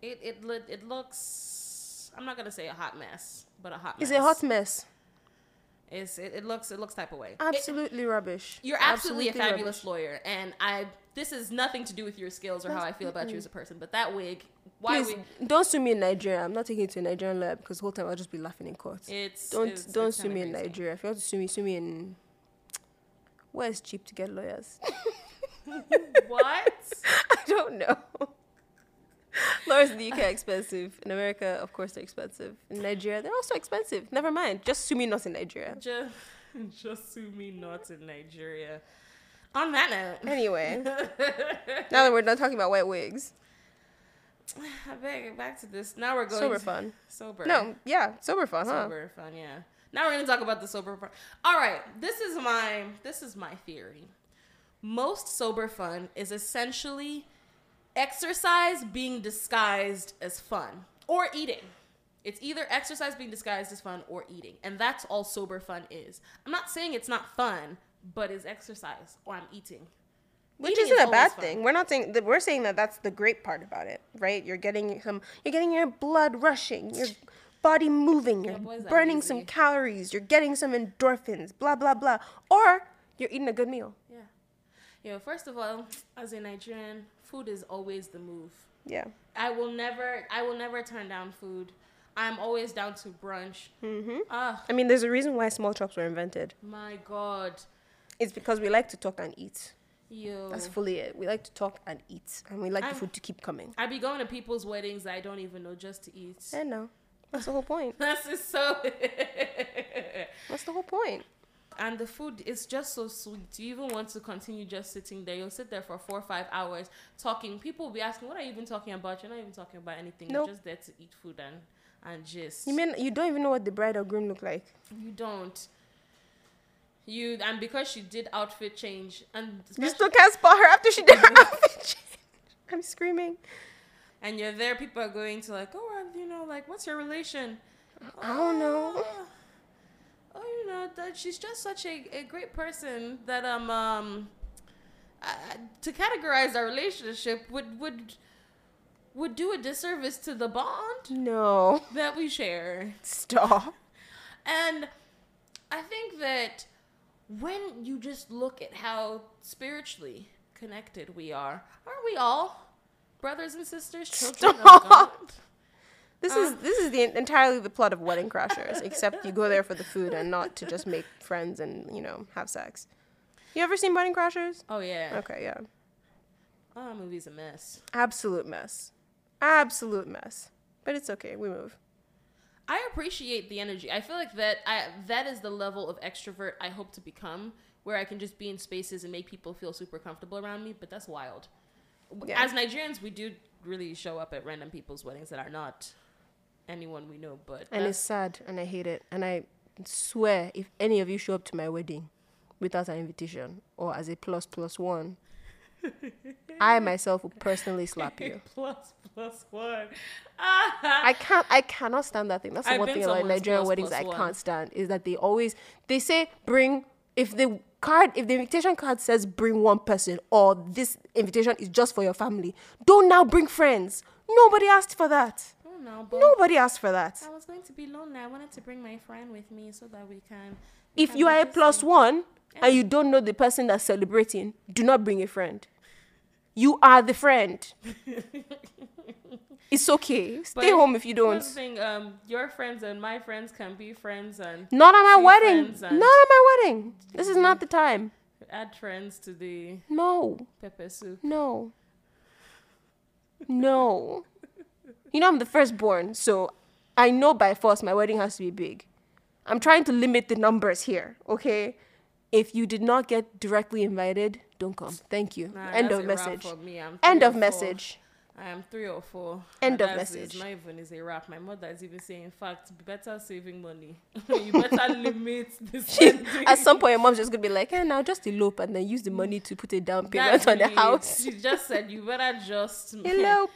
S2: It it lo- it looks. I'm not gonna say a hot mess, but a hot.
S1: It's
S2: mess.
S1: a hot mess.
S2: It's it, it looks it looks type of way. It-
S1: Absolutely rubbish.
S2: You're absolutely, a
S1: Absolutely
S2: fabulous lawyer, and I. This is nothing to do with your skills or how I feel about you as a person, but that wig, why
S1: Please
S2: wig?
S1: don't sue me in Nigeria. I'm not taking it to a Nigerian lawyer because the whole time I'll just be laughing in court.
S2: It's
S1: don't
S2: it's-
S1: don't
S2: it's
S1: sue
S2: kinda
S1: me in
S2: crazy.
S1: Nigeria. If you want to sue me, sue me in where it's cheap to get lawyers.
S2: What?
S1: I don't know. Lawyers in the UK are expensive. In America, of course, they're expensive. In Nigeria, they're also expensive. Never mind. Just sue me not in Nigeria.
S2: just, just sue me not in Nigeria. On that note,
S1: Anyway, now that we're done talking about white wigs,
S2: I beg back to this. Now we're going
S1: sober
S2: to-
S1: fun.
S2: Sober.
S1: No, yeah, sober fun, huh?
S2: sober fun. Yeah. Now we're gonna talk about the sober fun. All right. This is my this is my theory. Most sober fun is essentially exercise being disguised as fun or eating. It's either exercise being disguised as fun or eating, and that's all sober fun is. I'm not saying it's not fun, but it's exercise or I'm eating.
S1: Which
S2: Eating
S1: isn't
S2: is
S1: a bad
S2: always fun.
S1: thing. We're not saying that we're saying that that's the great part about it, right? You're getting some you're getting your blood rushing, your body moving, you're
S2: boys are
S1: burning
S2: lazy.
S1: some calories, you're getting some endorphins, blah blah blah. Or you're eating a good meal.
S2: Yeah. You know, first of all, as a Nigerian, food is always the move.
S1: Yeah.
S2: I will never I will never turn down food. I'm always down to brunch. Mm-hmm. Ah,
S1: I mean, there's a reason why small chops were invented.
S2: my God,
S1: It's because we like to talk and eat.
S2: yo!
S1: That's fully it. We like to talk and eat, and we like
S2: I'm-
S1: the food to keep coming.
S2: I be going to people's weddings that I don't even know just to eat.
S1: I know. That's the whole point.
S2: That's just so.
S1: That's the whole point.
S2: and the food is just so sweet. You even want to continue just sitting there. You'll sit there for four or five hours talking. People will be asking, "What are you even talking about?" You're not even talking about anything.
S1: Nope.
S2: You're just there to eat food and and just.
S1: You mean you don't even know what the bride or groom look like?
S2: You don't. You and because she did outfit change and
S1: You
S2: especially-
S1: still can't spot her after she did her outfit change. I'm screaming.
S2: and you're there, people are going to like, oh, well, you know, like, what's your relation?
S1: I don't know.
S2: Oh, oh, you know that she's just such a, a great person that um um I, I- to categorize our relationship would would would do a disservice to the bond
S1: No.
S2: that we share.
S1: Stop.
S2: And I think that when you just look at how spiritually connected we are, aren't we all brothers and sisters, children of God?
S1: Stop. This is this is the entirely the plot of Wedding Crashers, except you go there for the food and not to just make friends and you know have sex. You ever seen Wedding Crashers?
S2: Oh yeah,
S1: Okay, yeah.
S2: oh, that movie's a mess.
S1: Absolute mess. Absolute mess. But it's okay. We move.
S2: I appreciate the energy. I feel like that I that is the level of extrovert I hope to become, where I can just be in spaces and make people feel super comfortable around me. But that's wild.
S1: Yeah.
S2: As Nigerians, we do really show up at random people's weddings that are not anyone we know. But
S1: and it's
S2: that's-
S1: sad, and I hate it. And I swear, if any of you show up to my wedding without an invitation or as a plus plus one, I myself will personally slap you.
S2: plus plus one. Ah.
S1: I can't. I cannot stand that thing. That's the
S2: I've
S1: one
S2: been
S1: thing about
S2: someone's
S1: Nigerian
S2: plus
S1: weddings
S2: plus
S1: I
S2: one.
S1: can't stand is that they always they say bring if the card if the invitation card says bring one person or this invitation is just for your family. Don't now bring friends. Nobody asked for that.
S2: Oh don't know, but
S1: Nobody asked for that.
S2: I was going to be lonely. I wanted to bring my friend with me so that we can. we
S1: If
S2: can
S1: you
S2: do
S1: are a
S2: this
S1: plus
S2: thing.
S1: one and you don't know the person that's celebrating, do not bring a friend. You are the friend. it's okay. Stay
S2: But
S1: home if you
S2: here's
S1: don't.
S2: the thing, um, your friends and my friends can be friends and
S1: Not on my
S2: see
S1: wedding.
S2: friends
S1: Not on
S2: and-
S1: my wedding. This is not the time.
S2: add friends to the
S1: No.
S2: pepper soup.
S1: No. No. You know, I'm the firstborn, so I know by force my wedding has to be big. I'm trying to limit the numbers here, okay? If you did not get directly invited, don't come. Thank you.
S2: Nah,
S1: End
S2: that's
S1: of
S2: a wrap
S1: message.
S2: For me. I'm
S1: End
S2: three
S1: of
S2: or
S1: message.
S2: Four. I am three or four.
S1: End
S2: And
S1: of
S2: that's it.
S1: message.
S2: Not even is a wrap. My mother is even saying, in fact, better saving money. you better limit this.
S1: At some point, your mom's just gonna be like, "Eh, now just elope and then use the money to put a down payment on the house."
S2: She just said you better just
S1: Elope.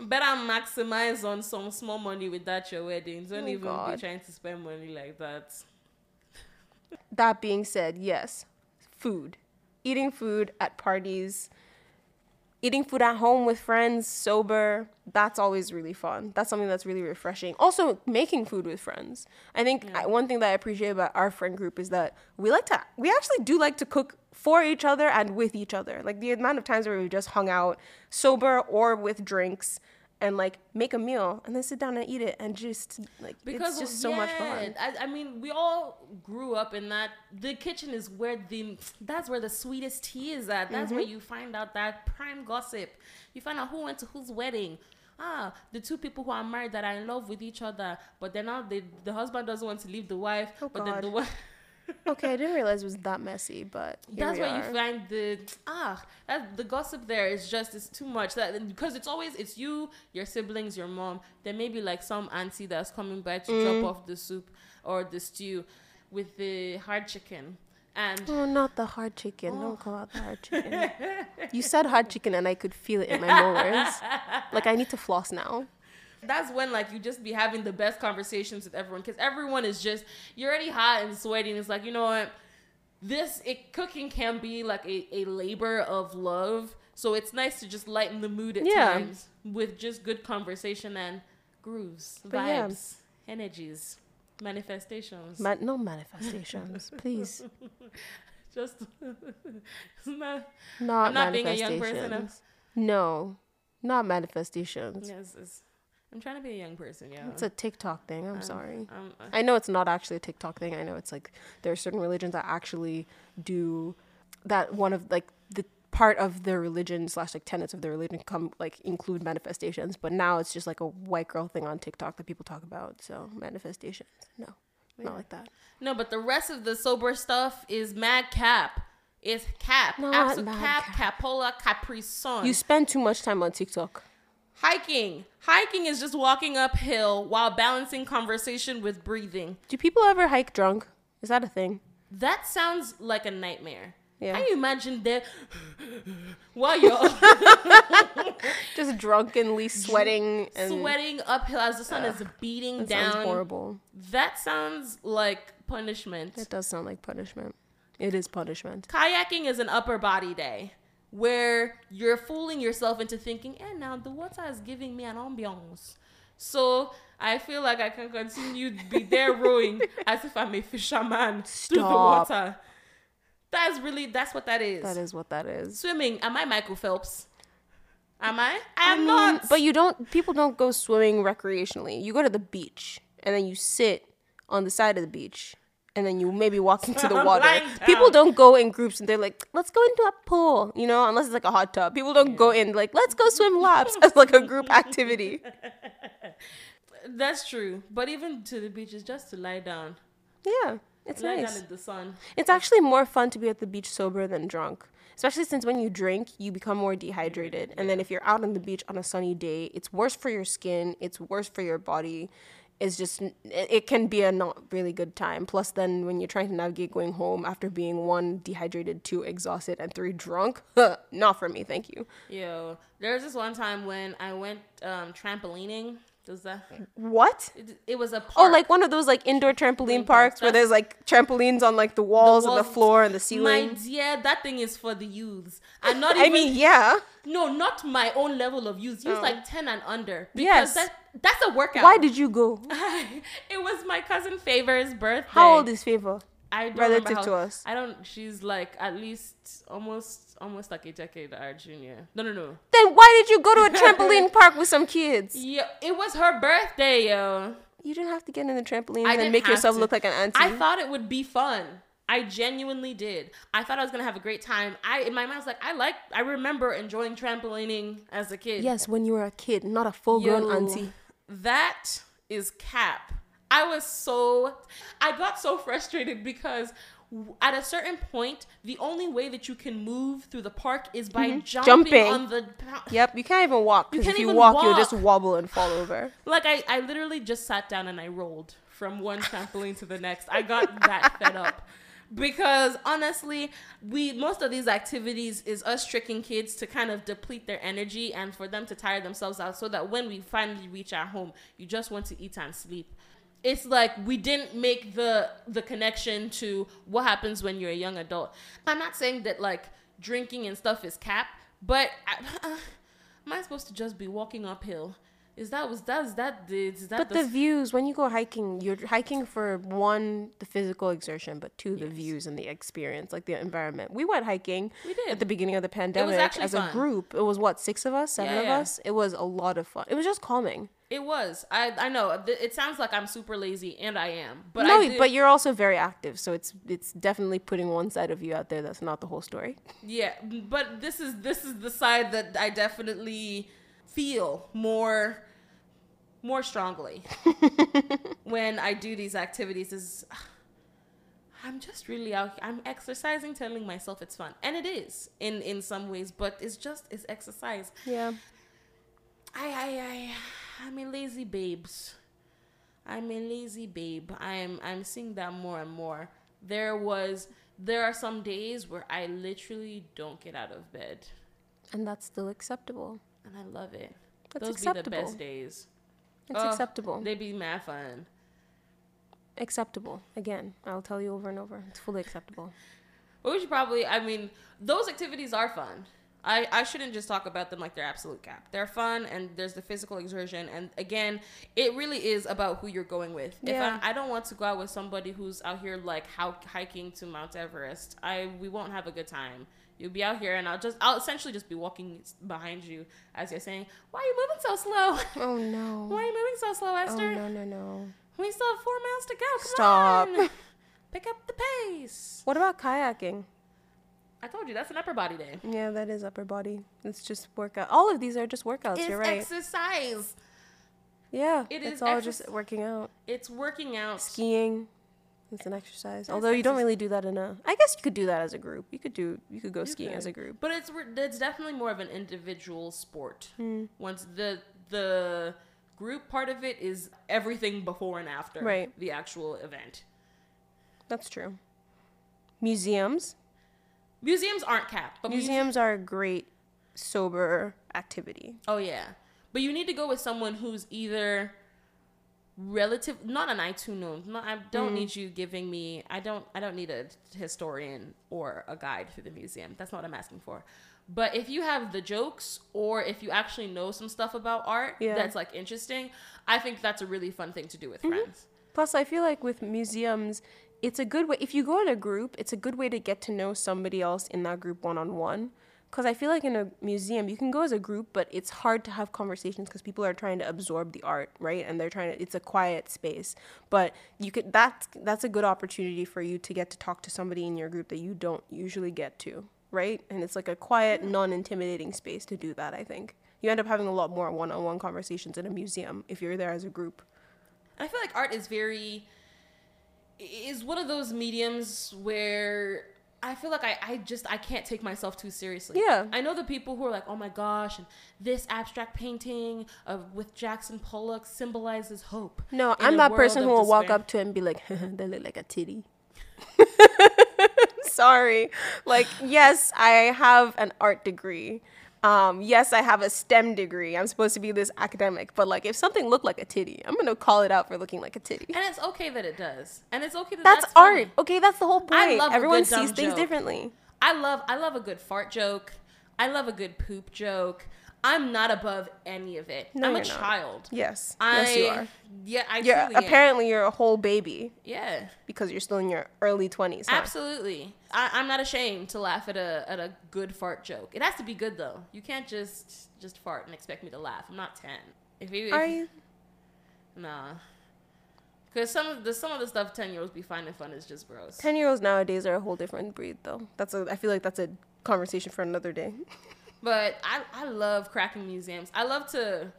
S2: better maximize on some small money with that your wedding. Don't
S1: Oh,
S2: even
S1: God.
S2: be trying to spend money like that.
S1: That being said, yes, food. Eating food at parties, eating food at home with friends, sober, that's always really fun. That's something that's really refreshing. Also, making food with friends. I think I, one thing that I appreciate about our friend group is that we like to, we actually do like to cook for each other and with each other. Like the amount of times where we've just hung out, sober or with drinks. And like make a meal and then sit down and eat it and just like it's just so much
S2: yeah,
S1: fun.
S2: I, I mean, we all grew up in that. The kitchen is where the that's where the sweetest tea is at. That's
S1: Mm-hmm.
S2: where you find out that prime gossip. You find out who went to whose wedding. Ah, the two people who are married that are in love with each other, but then now the the husband doesn't want to leave the wife.
S1: Oh,
S2: but then the
S1: God.
S2: wife.
S1: Okay, I didn't realize it was that messy, but here
S2: That's
S1: we
S2: where
S1: are.
S2: you find the ah that, the gossip there is just it's too much that because it's always it's you your siblings your mom there may be like some auntie that's coming by to
S1: Mm.
S2: drop off the soup or the stew with the hard chicken and
S1: Oh, not the hard chicken.
S2: Oh.
S1: Don't call out the hard chicken. you said hard chicken, and I could feel it in my molars. like I need to floss now.
S2: that's when like you just be having the best conversations with everyone because everyone is just you're already hot and sweating it's like you know what this it cooking can be like a, a labor of love so it's nice to just lighten the mood at
S1: Yeah.
S2: times with just good conversation and grooves
S1: But yeah.
S2: vibes energies manifestations
S1: Ma- no manifestations, please.
S2: just Isn't that-
S1: Not
S2: I'm not being a
S1: manifestations.
S2: young person, I'm-
S1: No, not manifestations.
S2: yes, it's- i'm trying to be a young person yeah
S1: It's a TikTok thing. I'm sorry.
S2: um, uh,
S1: I know it's not actually a TikTok thing. I know it's like there are certain religions that actually do that. One of like the part of their religion slash like tenets of their religion come like include manifestations, but now it's just like a white girl thing on TikTok that people talk about. So manifestations, no, not like that.
S2: No, but the rest of the sober stuff is mad cap. It's cap.
S1: Not
S2: Absolute
S1: Mad
S2: cap, capola, capri sun.
S1: You spend too much time on TikTok.
S2: hiking. Hiking is just walking uphill while balancing conversation with breathing.
S1: Do people ever hike drunk? Is that a thing?
S2: That sounds like a nightmare.
S1: Yeah.
S2: Can you imagine that while you're
S1: Just drunkenly sweating and
S2: sweating uphill as the sun is beating
S1: that
S2: down?
S1: sounds horrible.
S2: That sounds like punishment.
S1: It does sound like punishment. It is punishment.
S2: Kayaking is an upper body day where you're fooling yourself into thinking, and now the water is giving me an ambiance. So I feel like I can continue to be there rowing as if I'm a fisherman through the
S1: Stop.
S2: water. That's really that's what that is.
S1: That is what that is.
S2: Swimming. Am I Michael Phelps? Am I? I'm
S1: mean,
S2: not.
S1: But you don't. People don't go swimming recreationally. You go to the beach and then you sit on the side of the beach and then you maybe walk into the
S2: I'm
S1: water.
S2: lying
S1: People
S2: down.
S1: don't go in groups and they're like, let's go into a pool, you know, unless it's like a hot tub. People don't go in like, let's go swim laps as like a group activity.
S2: that's true. But even to the beach is just to lie down,
S1: Yeah, it's
S2: lie
S1: nice.
S2: down in the sun.
S1: It's actually more fun to be at the beach sober than drunk. Especially since when you drink, you become more dehydrated. And then if you're out on the beach on a sunny day, it's worse for your skin, it's worse for your body. It's just, it- it can be a not really good time. Plus, then when you're trying to navigate going home after being one, dehydrated, two, exhausted, and three, drunk, not for me, thank you.
S2: Yo, there was this one time when I went um, trampolining Does that?
S1: What?
S2: It, it was a park.
S1: Oh, like one of those like indoor trampoline parks where there's like trampolines on like the walls, and the
S2: walls-
S1: floor and the
S2: my
S1: ceiling.
S2: dear, that thing is for the youths. And not even
S1: I mean, yeah.
S2: no, not my own level of youth. Youth like ten and under.
S1: Yes.
S2: Because that that's a workout.
S1: Why did you go?
S2: it was my cousin Favor's birthday.
S1: How old is Favor?
S2: I don't
S1: relative
S2: remember
S1: to us?
S2: I don't. She's like at least almost almost like a decade our junior. No, no, no.
S1: Then why did you go to a trampoline park with some kids?
S2: Yeah, it was her birthday, yo.
S1: You didn't have to get in the trampoline
S2: I
S1: and
S2: didn't
S1: make
S2: have
S1: yourself
S2: to.
S1: look like an auntie.
S2: I thought it would be fun. I genuinely did. I thought I was gonna have a great time. I in my mind I was like, I like. I remember enjoying trampolining as a kid.
S1: yes, when you were a kid, not a full-grown
S2: Yo,
S1: auntie.
S2: That is cap. I was so, I got so frustrated because w- at a certain point, the only way that you can move through the park is by jumping,
S1: Mm-hmm. Jumping.
S2: on the. pa-
S1: Yep, you can't even walk because
S2: can't
S1: if you
S2: even
S1: walk, you'll just
S2: walk.
S1: wobble and fall over.
S2: Like I, I literally just sat down and I rolled from one trampoline to the next. I got that fed up. Because honestly, we most of these activities is us tricking kids to kind of deplete their energy and for them to tire themselves out so that when we finally reach our home, you just want to eat and sleep. It's like we didn't make the the connection to what happens when you're a young adult. I'm not saying that like drinking and stuff is cap, but I, am I supposed to just be walking uphill? Is that was that is that the is that
S1: But the views, when you go hiking, you're hiking for one, the physical exertion, but two, the views and the experience, like the environment. We went hiking
S2: We did.
S1: at the beginning of the pandemic
S2: actually
S1: as a
S2: fun.
S1: group. It was what, six of us, seven
S2: Yeah,
S1: of
S2: yeah.
S1: us? It was a lot of fun. It was just calming.
S2: It was. I I know. Th- It sounds like I'm super lazy, and I am. But
S1: no,
S2: I do,
S1: but you're also very active, so it's it's definitely putting one side of you out there that's not the whole story.
S2: yeah. But this is this is the side that I definitely feel more more strongly when I do these activities. Is I'm just really out. I'm exercising, telling myself it's fun, and it is in in some ways. But it's just it's exercise.
S1: Yeah.
S2: I, I, I, I'm a lazy babes. I'm a lazy babe. I'm, I'm seeing that more and more. There was, there are some days where I literally don't get out of bed,
S1: And that's still acceptable.
S2: and I love it.
S1: That's
S2: Those be
S1: acceptable. Oh.
S2: the best days.
S1: It's
S2: Ugh,
S1: acceptable.
S2: They be mad fun.
S1: acceptable. Again, I'll tell you over and over. It's fully acceptable.
S2: But we should probably, I mean, those activities are fun. I, I shouldn't just talk about them like they're absolute cap. They're fun and there's the physical exertion. And again, it really is about who you're going with.
S1: Yeah.
S2: If I, I don't want to go out with somebody who's out here like how, hiking to Mount Everest, I we won't have a good time. You'll be out here and I'll just, I'll essentially just be walking behind you as you're saying, Why are you moving so slow?
S1: Oh no.
S2: Why are you moving so slow,
S1: Oh
S2: Esther?
S1: no no no.
S2: We still have four miles to go. Come
S1: Stop.
S2: on. Pick up the pace.
S1: What about kayaking?
S2: I told you, that's an upper body day.
S1: Yeah, that is upper body. It's just workout. All of these are just workouts.
S2: It's
S1: you're right.
S2: exercise.
S1: yeah,
S2: it
S1: it's
S2: is
S1: all
S2: exercise.
S1: just working out.
S2: It's working out.
S1: Skiing, it's an exercise. Although you don't really do that in a. I guess you could do that as a group. You could do. You could go skiing as a group.
S2: But it's re- it's definitely more of an individual sport.
S1: Hmm.
S2: Once the the group part of it is everything before and after
S1: Right.
S2: the actual event.
S1: That's true. Museums.
S2: Museums aren't capped, but museum.
S1: Museums are a great sober activity.
S2: oh yeah, but you need to go with someone who's either relative, not an iTunes. Not, I don't need you giving me. I don't. I don't need a historian or a guide through the museum. That's not what I'm asking for. But if you have the jokes, or if you actually know some stuff about art
S1: Yeah.
S2: that's like interesting, I think that's a really fun thing to do with friends.
S1: Plus, I feel like with museums, it's a good way. If you go in a group, it's a good way to get to know somebody else in that group one on one. Because I feel like in a museum, you can go as a group, but it's hard to have conversations because people are trying to absorb the art, right? And they're trying to. It's a quiet space, but you could. That's that's a good opportunity for you to get to talk to somebody in your group that you don't usually get to, right? And it's like a quiet, non-intimidating space to do that. I think you end up having a lot more one-on-one conversations in a museum if you're there as a group.
S2: And I feel like art is very is one of those mediums where I feel like I, I just I can't take myself too seriously.
S1: Yeah.
S2: I know the people who are like, oh my gosh, and this abstract painting of with Jackson Pollock symbolizes hope.
S1: No,
S2: in
S1: I'm
S2: a
S1: that
S2: world
S1: person
S2: of
S1: who will walk
S2: despair."
S1: up to it and be like, they look like a titty. Sorry. Like, yes, I have an art degree. Um, yes, I have a STEM degree. I'm supposed to be this academic, but like if something looked like a titty, I'm gonna call it out for looking like a titty.
S2: And it's okay that it does. And it's okay that
S1: That's,
S2: that's,
S1: art.
S2: funny.
S1: Okay, that's the whole point.
S2: I love a
S1: Everyone
S2: good dumb
S1: sees things
S2: joke.
S1: differently.
S2: I love I love a good fart joke. I love a good poop joke. I'm not above any of it.
S1: No,
S2: I'm a
S1: you're not.
S2: child.
S1: Yes.
S2: I,
S1: yes, you are.
S2: Yeah, I
S1: You're
S2: truly am.
S1: apparently you're a whole baby
S2: Yeah,
S1: because you're still in your early twenties. Huh?
S2: absolutely. I, I'm not ashamed to laugh at a at a good fart joke. It has to be good though. You can't just just fart and expect me to laugh. I'm not ten. If you, if
S1: Are you?
S2: Nah. Cause some of the some of the stuff ten year olds be finding fun is just gross.
S1: Ten year olds nowadays are a whole different breed, though. That's a. I feel like that's a conversation for another day.
S2: But I, I love cracking museums. I love to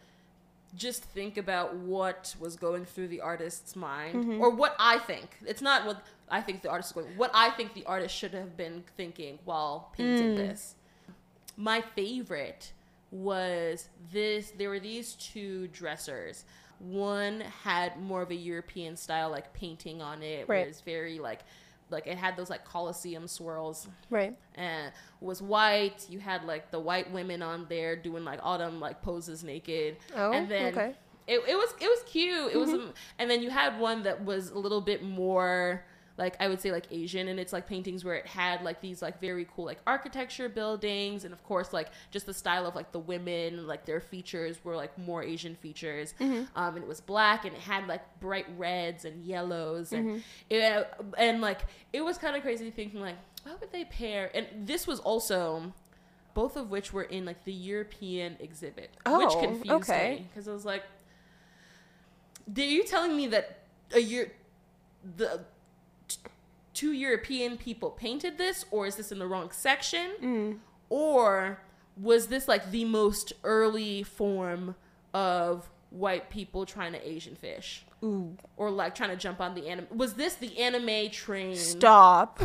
S2: just think about what was going through the artist's mind or what I think. It's not what I think the artist is going, what I think the artist should have been thinking while painting this. My favorite was this there were these two dressers. One had more of a European style like painting on it, where
S1: Right.
S2: it's very like like it had those like Colosseum swirls
S1: right.
S2: and was white. You had like the white women on there doing like all them like poses naked.
S1: Oh,
S2: and then
S1: okay.
S2: It, it was it was cute. It was um, and then you had one that was a little bit more like I would say like Asian and it's like paintings where it had like these like very cool like architecture buildings and of course like just the style of like the women like their features were like more Asian features um and it was black and it had like bright reds and yellows and it, and like it was kind of crazy thinking like why would they pair and this was also both of which were in like the European exhibit which
S1: Oh,
S2: confused
S1: okay.
S2: me because I was like are you telling me that a year the t- two European people painted this, or is this in the wrong section,
S1: Mm.
S2: or was this like the most early form of white people trying to Asian fish,
S1: Ooh.
S2: or like trying to jump on the anime? Was this the anime train
S1: Stop.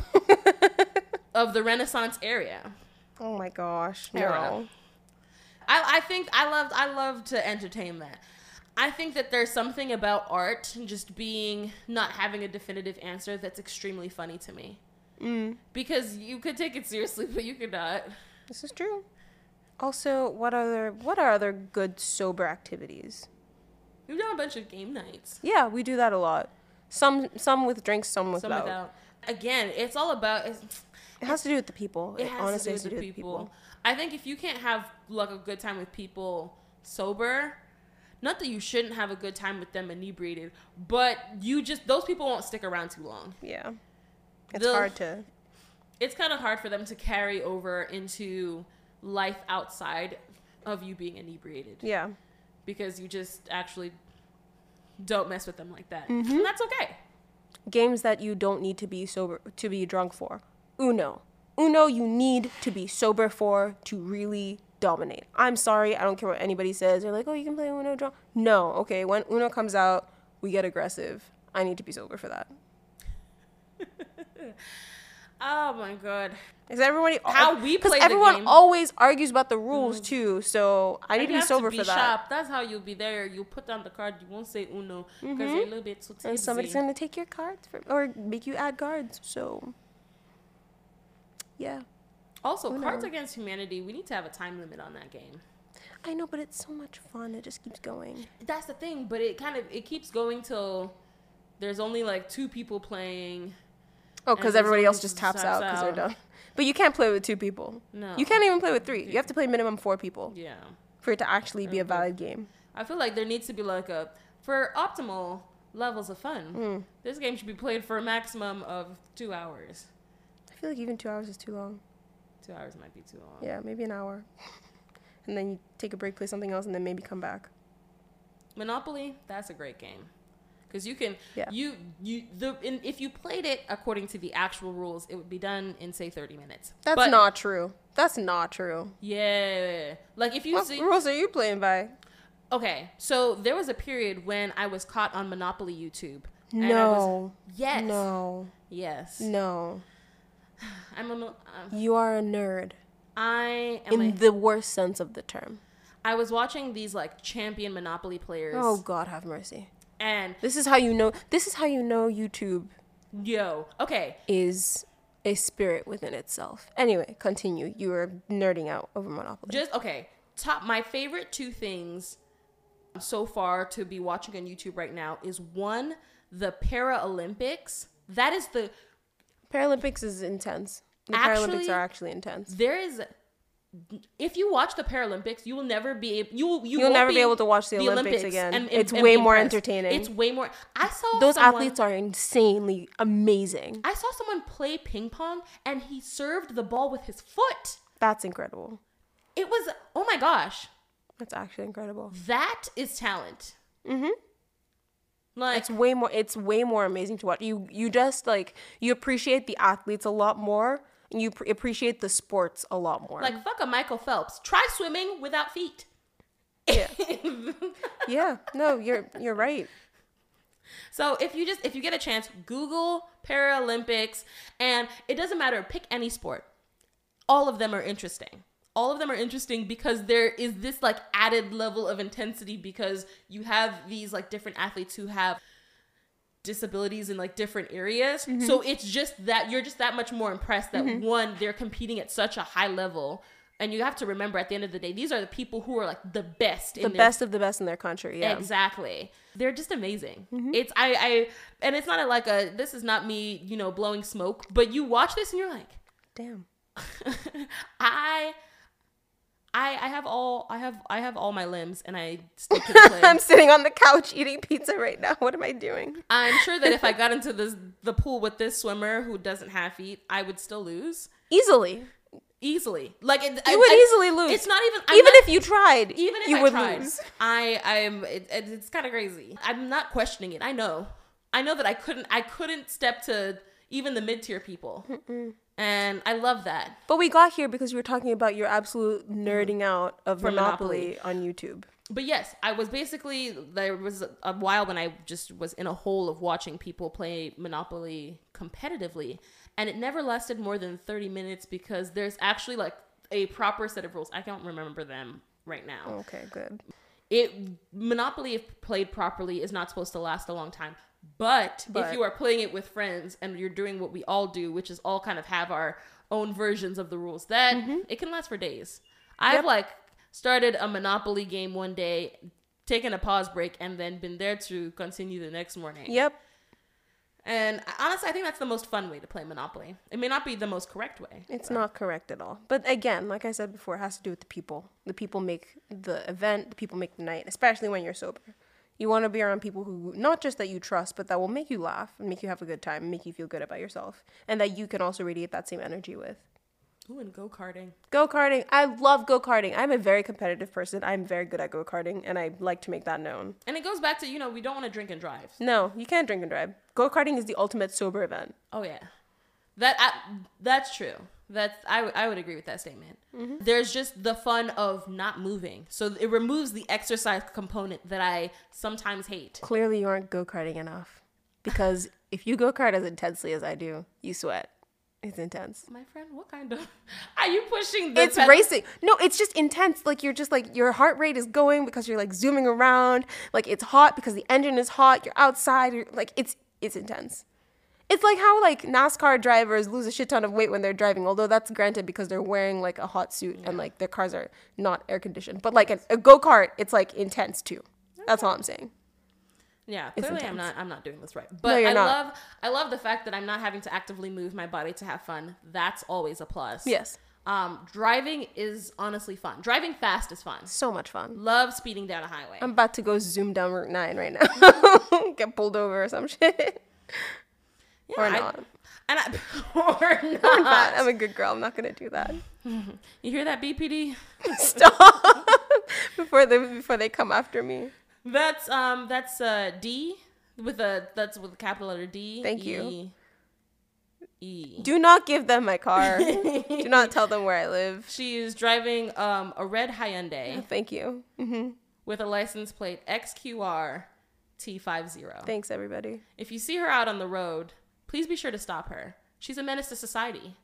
S2: of the Renaissance area?
S1: oh my gosh.
S2: I don't
S1: No.
S2: know. I, I think I loved I love to entertain that. I think that there's something about art just being not having a definitive answer that's extremely funny to me.
S1: Mm.
S2: Because you could take it seriously, but you could not.
S1: This is true. Also, what other what are other good sober activities?
S2: We've done a bunch of game nights.
S1: Yeah, we do that a lot. Some some with drinks, some without.
S2: Some without. Again, it's all about it's,
S1: It has to do with the people.
S2: it
S1: It,
S2: has
S1: honestly
S2: to do with the people. I think if you can't have like a good time with people sober, not that you shouldn't have a good time with them inebriated, but you just those people won't stick around too long.
S1: Yeah. It's
S2: The-
S1: hard to.
S2: it's kind of hard for them to carry over into life outside of you being inebriated
S1: Yeah.
S2: because you just actually don't mess with them like that.
S1: Mm-hmm.
S2: And that's okay.
S1: Games that you don't need to be sober to be drunk for. Uno. Uno you need to be sober for to really dominate. I'm sorry, I don't care what anybody says. They're like, "Oh, you can play Uno drunk." No. Okay, when Uno comes out, we get aggressive. I need to be sober for that.
S2: Oh my god.
S1: Because everybody,
S2: How we
S1: 'cause
S2: play the
S1: everyone
S2: game. Mm.
S1: always argues about the rules too. So I need
S2: You
S1: to be
S2: have
S1: sober for that.
S2: sharp. That's how you'll be there. You'll put down the card. You won't say uno because you're a little bit too tipsy.
S1: Mm-hmm. And somebody's gonna take your cards from, or make you add cards. So yeah,
S2: also, Cards
S1: Uno.
S2: Against Humanity. We need to have a time limit on that game.
S1: I know, but it's so much fun. It just keeps going.
S2: That's the thing, but it kind of it keeps going till there's only like two people playing.
S1: Oh,
S2: And
S1: because
S2: there's
S1: everybody else
S2: always
S1: just
S2: just
S1: taps out
S2: taps
S1: because they're
S2: out.
S1: done. But you can't play with two people.
S2: No.
S1: You can't even play with three. You have to play minimum four people
S2: Yeah.
S1: for it to actually
S2: Mm-hmm.
S1: be a valid game.
S2: I feel like there needs to be like a for optimal levels of fun.
S1: Mm.
S2: This game should be played for a maximum of two hours.
S1: I feel like even two hours is too long.
S2: Two hours might be too long.
S1: Yeah, maybe an hour, and then you take a break, play something else, and then maybe come back.
S2: Monopoly, that's a great game. Cause you can,
S1: Yeah.
S2: you you the and if you played it according to the actual rules, it would be done in say thirty minutes.
S1: That's
S2: But-
S1: not true. That's not true.
S2: Yeah, like if you
S1: What
S2: see,
S1: rules are you playing by?
S2: okay. So there was a period when I was caught on Monopoly YouTube. and I was-
S1: No.
S2: yes.
S1: No.
S2: Yes.
S1: No.
S2: I'm a. mo- Um,
S1: You are a nerd
S2: I am a
S1: in the worst sense of the term.
S2: I was watching these like champion Monopoly players,
S1: Oh God, have mercy.
S2: and
S1: This is how you know. This is how you know YouTube
S2: yo, okay,
S1: is a spirit within itself. Anyway, continue. You were nerding out over Monopoly.
S2: Just okay. Top my favorite two things so far to be watching on YouTube right now is one the Paralympics. That is the
S1: Paralympics is intense. The
S2: Actually-
S1: Paralympics are actually intense.
S2: there is if you watch the Paralympics, you will never be able you will you
S1: You'll
S2: won't
S1: never be able to watch the Olympics again. It's way
S2: be
S1: more
S2: impressed.
S1: entertaining.
S2: It's way more. I saw
S1: Those
S2: someone-
S1: athletes are insanely amazing.
S2: I saw someone play ping pong and he served the ball with his foot.
S1: That's incredible.
S2: It was oh my gosh,
S1: That's actually incredible.
S2: that is talent. Mm-hmm. Like
S1: It's way more it's way more amazing to watch. You you just like you appreciate the athletes a lot more and you pr- appreciate the sports a lot more.
S2: like fuck a Michael Phelps. Try swimming without feet.
S1: yeah. No, you're you're right.
S2: So if you just if you get a chance, Google Paralympics and it doesn't matter, pick any sport. All of them are interesting. All of them are interesting because there is this like added level of intensity because you have these like different athletes who have disabilities in like different areas. So it's just that you're just that much more impressed that one, they're competing at such a high level. And you have to remember at the end of the day, these are the people who are like the best
S1: The
S2: in their
S1: best of the best in their country. Yeah. Mm-hmm.
S2: Exactly. They're just amazing. It's I I and it's not a, like a this is not me, you know, blowing smoke, but you watch this and you're like
S1: Damn.
S2: I I I have all I have I have all my limbs and I stick to the plan.
S1: I'm sitting on the couch eating pizza right now. What am I doing?
S2: I'm sure that if I got into this the pool with this swimmer who doesn't have feet, I would still lose
S1: Easily.
S2: easily. Like it, I,
S1: You would
S2: I-
S1: easily lose.
S2: It's not even I'm
S1: even
S2: not-
S1: if you tried,
S2: even if
S1: you
S2: I
S1: would
S2: tried,
S1: lose.
S2: I I'm it, it- it's kind of crazy. I'm not questioning it. I know, I know that I couldn't I couldn't step to even the mid tier people, and I love that.
S1: But we got here because you were talking about your absolute nerding out of
S2: Mm-hmm. Monopoly.
S1: Monopoly, on YouTube.
S2: But yes, I was basically there was a while when I just was in a hole of watching people play Monopoly competitively, and it never lasted more than thirty minutes because there's actually like a proper set of rules. I don't remember them right now.
S1: Okay, good.
S2: it monopoly if played properly is not supposed to last a long time but, if
S1: But-
S2: you are playing it with friends and you're doing what we all do which is all kind of have our own versions of the rules that it can last for days i've like started a monopoly game one day taken a pause break and then been there to continue the next morning
S1: Yep.
S2: and honestly i think that's the most fun way to play monopoly it may not be the most correct way
S1: It's not correct at all. But again, like I said before, it has to do with the people. The people make the event, the people make the night, especially when you're sober. You want to be around people who, not just that you trust, but that will make you laugh and make you have a good time and make you feel good about yourself. And that you can also radiate that same energy with.
S2: Ooh, and go-karting
S1: Go karting. I love go karting. I'm a very competitive person. I'm very good at go karting and I like to make that known.
S2: and it goes back to you know we don't want to drink and drive
S1: No, you can't drink and drive. Go karting is the ultimate sober event.
S2: Oh yeah, that I, that's true. That's I would- I would agree with that statement.
S1: Mm-hmm.
S2: There's just the fun of not moving, so it removes the exercise component that I sometimes hate.
S1: Clearly, you aren't go karting enough because if you go kart as intensely as I do, you sweat. It's intense.
S2: My friend, what kind of are you pushing? The
S1: It's
S2: ped-
S1: racing. No, it's just intense. Like you're just like your heart rate is going because you're like zooming around. Like it's hot because the engine is hot. You're outside. You're like it's it's intense. It's like how like NASCAR drivers lose a shit ton of weight when they're driving, although that's granted because they're wearing like a hot suit and like their cars are not air conditioned. But like a, a go kart, it's like intense too. That's all I'm saying.
S2: Yeah, clearly I'm not
S1: intense.
S2: I'm not doing this right. But
S1: you're
S2: I
S1: not.
S2: love I love the fact that I'm not having to actively move my body to have fun. That's always a plus.
S1: Yes,
S2: Um, driving is honestly fun. Driving fast is fun.
S1: so much fun.
S2: Love speeding down a highway.
S1: I'm about to go zoom down Route 9 right now. Get pulled over or some shit. or
S2: I-
S1: not.
S2: and I, or not.
S1: I'm, bad. I'm a good girl. I'm not going to do that.
S2: You hear that BPD?
S1: Stop. before, they, before they come after me.
S2: That's um that's uh D with a that's with a capital letter D.
S1: Thank
S2: E, E.
S1: Do not give them my car. do not tell them where I live.
S2: She is driving um a red Hyundai
S1: Thank you. hmm
S2: with a license plate XQR T50.
S1: Thanks, everybody.
S2: If you see her out on the road, please be sure to stop her. She's a menace to society.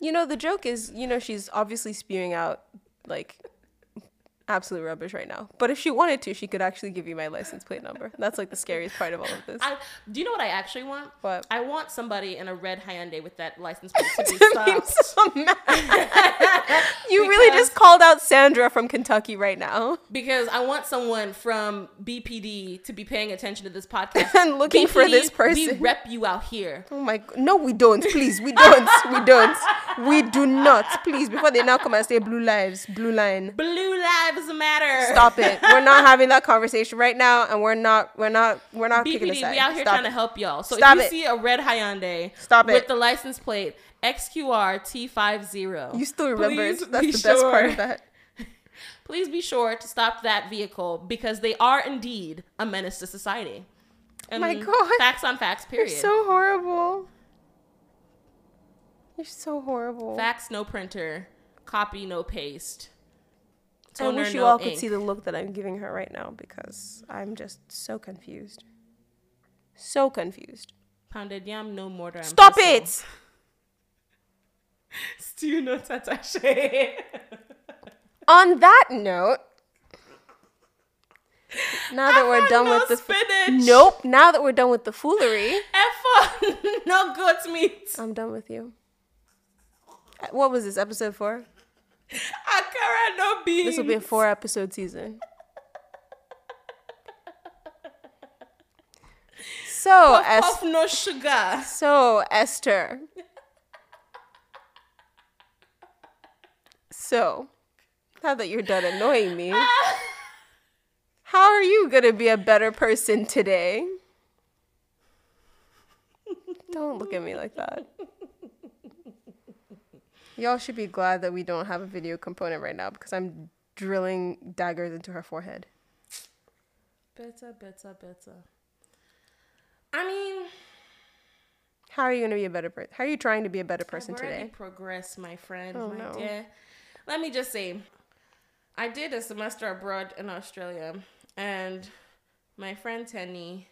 S1: You know, the joke is, you know, she's obviously spewing out like absolute rubbish right now. But if she wanted to, she could actually give you my license plate number. That's like the scariest part of all of this.
S2: I, do you know what I actually want?
S1: What?
S2: I want somebody in a red Hyundai with that license plate to
S1: To
S2: be
S1: be
S2: stopped.
S1: so mad. you really just called out Sandra from Kentucky right now
S2: because I want someone from BPD to be paying attention to this podcast.
S1: and looking for this
S2: BPD,
S1: person.
S2: We rep you out here.
S1: Oh my! g- No, we don't. Please, we don't. We don't. We do not. Please, before they now come and say blue lives, blue line.
S2: Blue lives matter.
S1: Stop it. We're not having that conversation right now, and we're not. We're not. We're not picking a
S2: BPD,
S1: side.
S2: we out here
S1: Stop
S2: trying
S1: it.
S2: to help y'all. So
S1: Stop
S2: if you
S1: it.
S2: see a red Hyundai
S1: Stop
S2: with
S1: it.
S2: the license plate XQR T50,
S1: You still remember?
S2: please
S1: it. That's
S2: be
S1: the best part
S2: sure-
S1: of that.
S2: Please be sure to stop that vehicle because they are indeed a menace to society. And
S1: My God.
S2: Facts on facts,
S1: You're
S2: period.
S1: so horrible. You're so horrible.
S2: Fax, no printer. Copy, no paste.
S1: I
S2: Toner,
S1: wish you
S2: no
S1: all could
S2: ink.
S1: see the look that I'm giving her right now because I'm just so confused. So confused.
S2: Pounded yam, no mortar. and
S1: Stop
S2: pestle.
S1: it!
S2: Stew, no tatache.
S1: On that note, now that we're done
S2: no
S1: with the
S2: spinach.
S1: nope, now that we're done with the foolery,
S2: Effort, no goat meat.
S1: I'm done with you. Uh, What was this episode for?
S2: Akara, no beans.
S1: This will be a four episode season. So, Es-
S2: Puff, no sugar.
S1: so Esther. So, now that you're done annoying me, how are you gonna be a better person today? Don't look at me like that. Y'all should be glad that we don't have a video component right now because I'm drilling daggers into her forehead.
S2: Better, better, better. I mean,
S1: How are you gonna be a better person? How are you trying to be a better person
S2: I've already
S1: today?
S2: progressed, my friend,
S1: Oh,
S2: my
S1: no.
S2: dear. Let me just say, I did a semester abroad in Australia, and my friend Tenny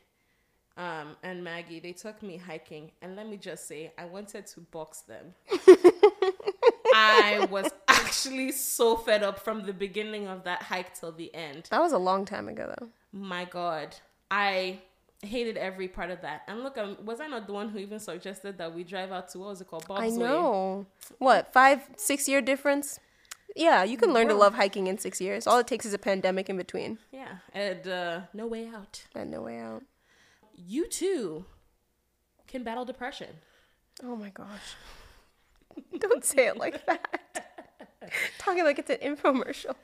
S2: um, and Maggie they took me hiking, and let me just say, I wanted to box them. I was actually so fed up from the beginning of that hike till the end.
S1: That was a long time ago though.
S2: My God, I hated every part of that. And look, um, was I not the one who even suggested that we drive out to what was it called? Bob's
S1: I
S2: Way?
S1: know. What, five, six year difference? Yeah, you can learn to
S2: Well-
S1: love hiking in six years. All it takes is a pandemic in between.
S2: Yeah, and uh, No Way Out.
S1: And no way out.
S2: You too can battle depression.
S1: Oh my gosh. Don't say it like that. Talking like it's an infomercial.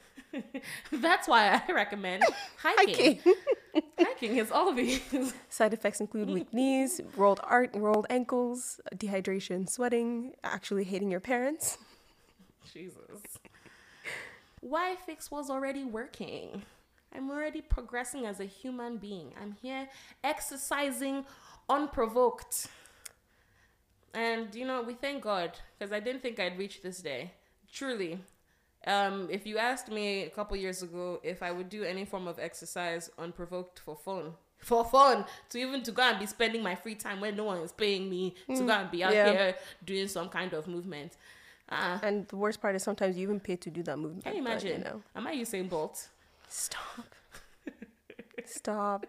S2: That's why I recommend hiking.
S1: Hiking.
S2: hiking is all of these.
S1: Side effects include weak knees, rolled art, rolled ankles, dehydration, sweating, actually hating your parents.
S2: Jesus. Why fix was already working? I'm already progressing as a human being. I'm here exercising unprovoked. And you know, we thank God because I didn't think I'd reach this day. Truly. Um, if you asked me a couple years ago if I would do any form of exercise unprovoked for fun, for fun, to even to go and be spending my free time when no one is paying me to go and be out
S1: yeah.
S2: here doing some kind of movement, uh,
S1: And the worst part is sometimes you even pay to do that movement.
S2: can you
S1: but,
S2: imagine?
S1: know.
S2: Am I Usain Bolt?
S1: Stop. Stop.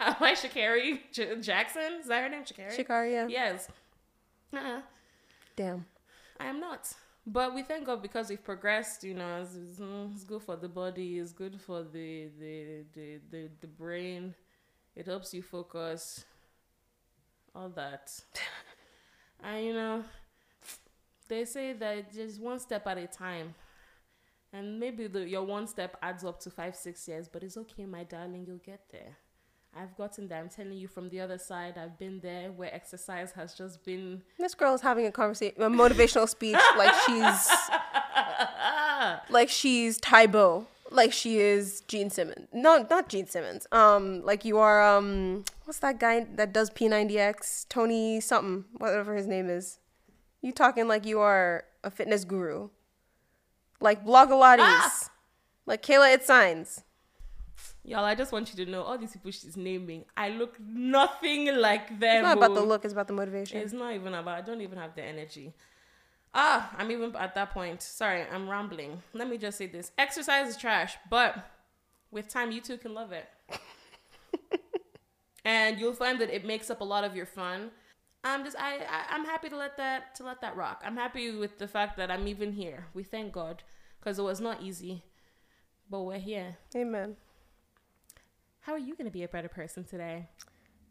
S2: Am I Shakari J- Jackson? Is that her name, Shakari?
S1: Shikaria.
S2: Yes. Uh-uh.
S1: Damn.
S2: I am not. But we thank God because we've progressed. You know, it's, it's- mm, it's good for the body. It's good for the the, the the the brain. It helps you focus. All that. and you know, they say that just one step at a time. And maybe the, your one step adds up to five, six years, but it's okay, my darling, you'll get there. I've gotten there. I'm telling you from the other side, I've been there where exercise has just been
S1: This girl is having a conversation, a motivational speech, like she's, like she's Tybo, like she is Gene Simmons. No, not Gene Simmons. Um, like you are. Um, what's that guy that does P90X? Tony something, whatever his name is. You talking like you are a fitness guru, like Blogilates, like Kayla at Signs.
S2: Y'all, I just want you to know all these people she's naming, I look nothing like
S1: It's
S2: them.
S1: not about the
S2: oh.
S1: look; it's about the motivation.
S2: It's not even about, I don't even have the energy. Ah, I'm even at that point. Sorry, I'm rambling. Let me just say this exercise is trash, but with time, you too can love it. and you'll find that it makes up a lot of your fun. I'm just I, I I'm happy to let that to let that rock. I'm happy with the fact that I'm even here. We thank God because it was not easy, but we're here.
S1: Amen.
S2: How are you gonna be a better person today?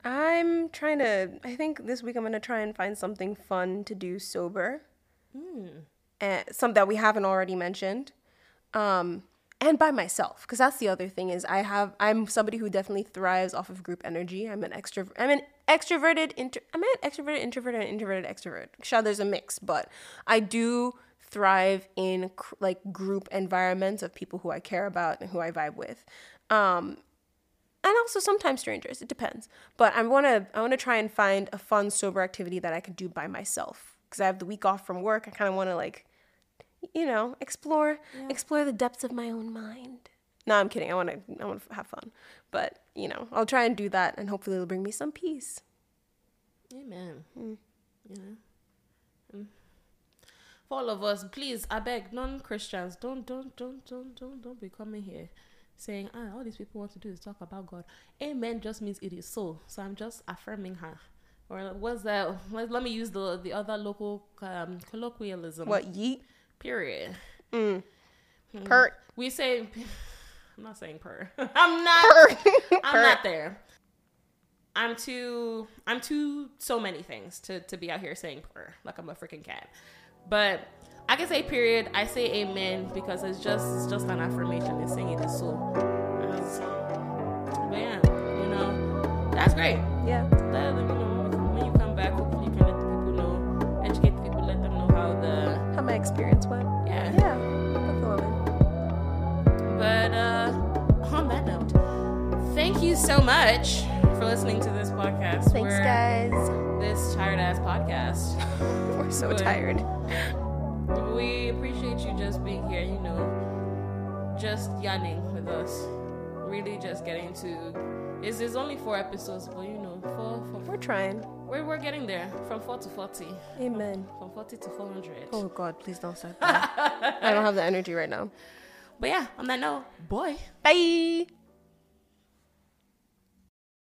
S1: I'm trying to. I think this week I'm gonna try and find something fun to do sober, and some that we haven't already mentioned, um, and by myself because that's the other thing is I have I'm somebody who definitely thrives off of group energy. I'm an extrovert. I'm an extroverted inter. I'm an extroverted introvert and an introverted extrovert. Sure, there's a mix, but I do thrive in cr- like group environments of people who I care about and who I vibe with. Um, and also sometimes strangers it depends but i want to i want to try and find a fun sober activity that i can do by myself because i have the week off from work i kind of want to like you know explore explore the depths of my own mind no i'm kidding i want to i want to have fun but you know i'll try and do that and hopefully it'll bring me some peace
S2: Amen. You know. Mm. For all of us, please, I beg non-Christians, don't, don't, don't, don't, don't, don't be coming here saying, ah, all these people want to do is talk about God. Amen just means it is so. So I'm just affirming her. Or what's that? Let, let me use the the other local um, colloquialism.
S1: what yeet
S2: Period. Hmm.
S1: pert
S2: We say, I'm not saying purr. I'm not.
S1: pert
S2: I'm not there. I'm too I'm too so many things to to be out here saying purr like I'm a freaking cat. But I can say period. I say amen because it's just it's just an affirmation. It's saying it is so. And it's- But yeah, you know, that's great.
S1: yeah
S2: Let them know when you come back. Hopefully, you can let the people know, educate the people, let them know how the
S1: how my experience went
S2: yeah.
S1: yeah that's all of it.
S2: But uh, on that note, thank you so much for listening to this podcast.
S1: thanks
S2: We're-
S1: guys
S2: this tired ass podcast.
S1: we're so
S2: But-
S1: tired
S2: We appreciate you just being here, you know, just yanning with us. Really, just getting to. Is there's only four episodes, but you know, four,
S1: we're trying
S2: four we're, we're getting there from four to forty,
S1: amen
S2: from forty to four hundred.
S1: oh god please don't start that i don't have the energy right now
S2: But yeah, on that note, boy.
S1: Bye.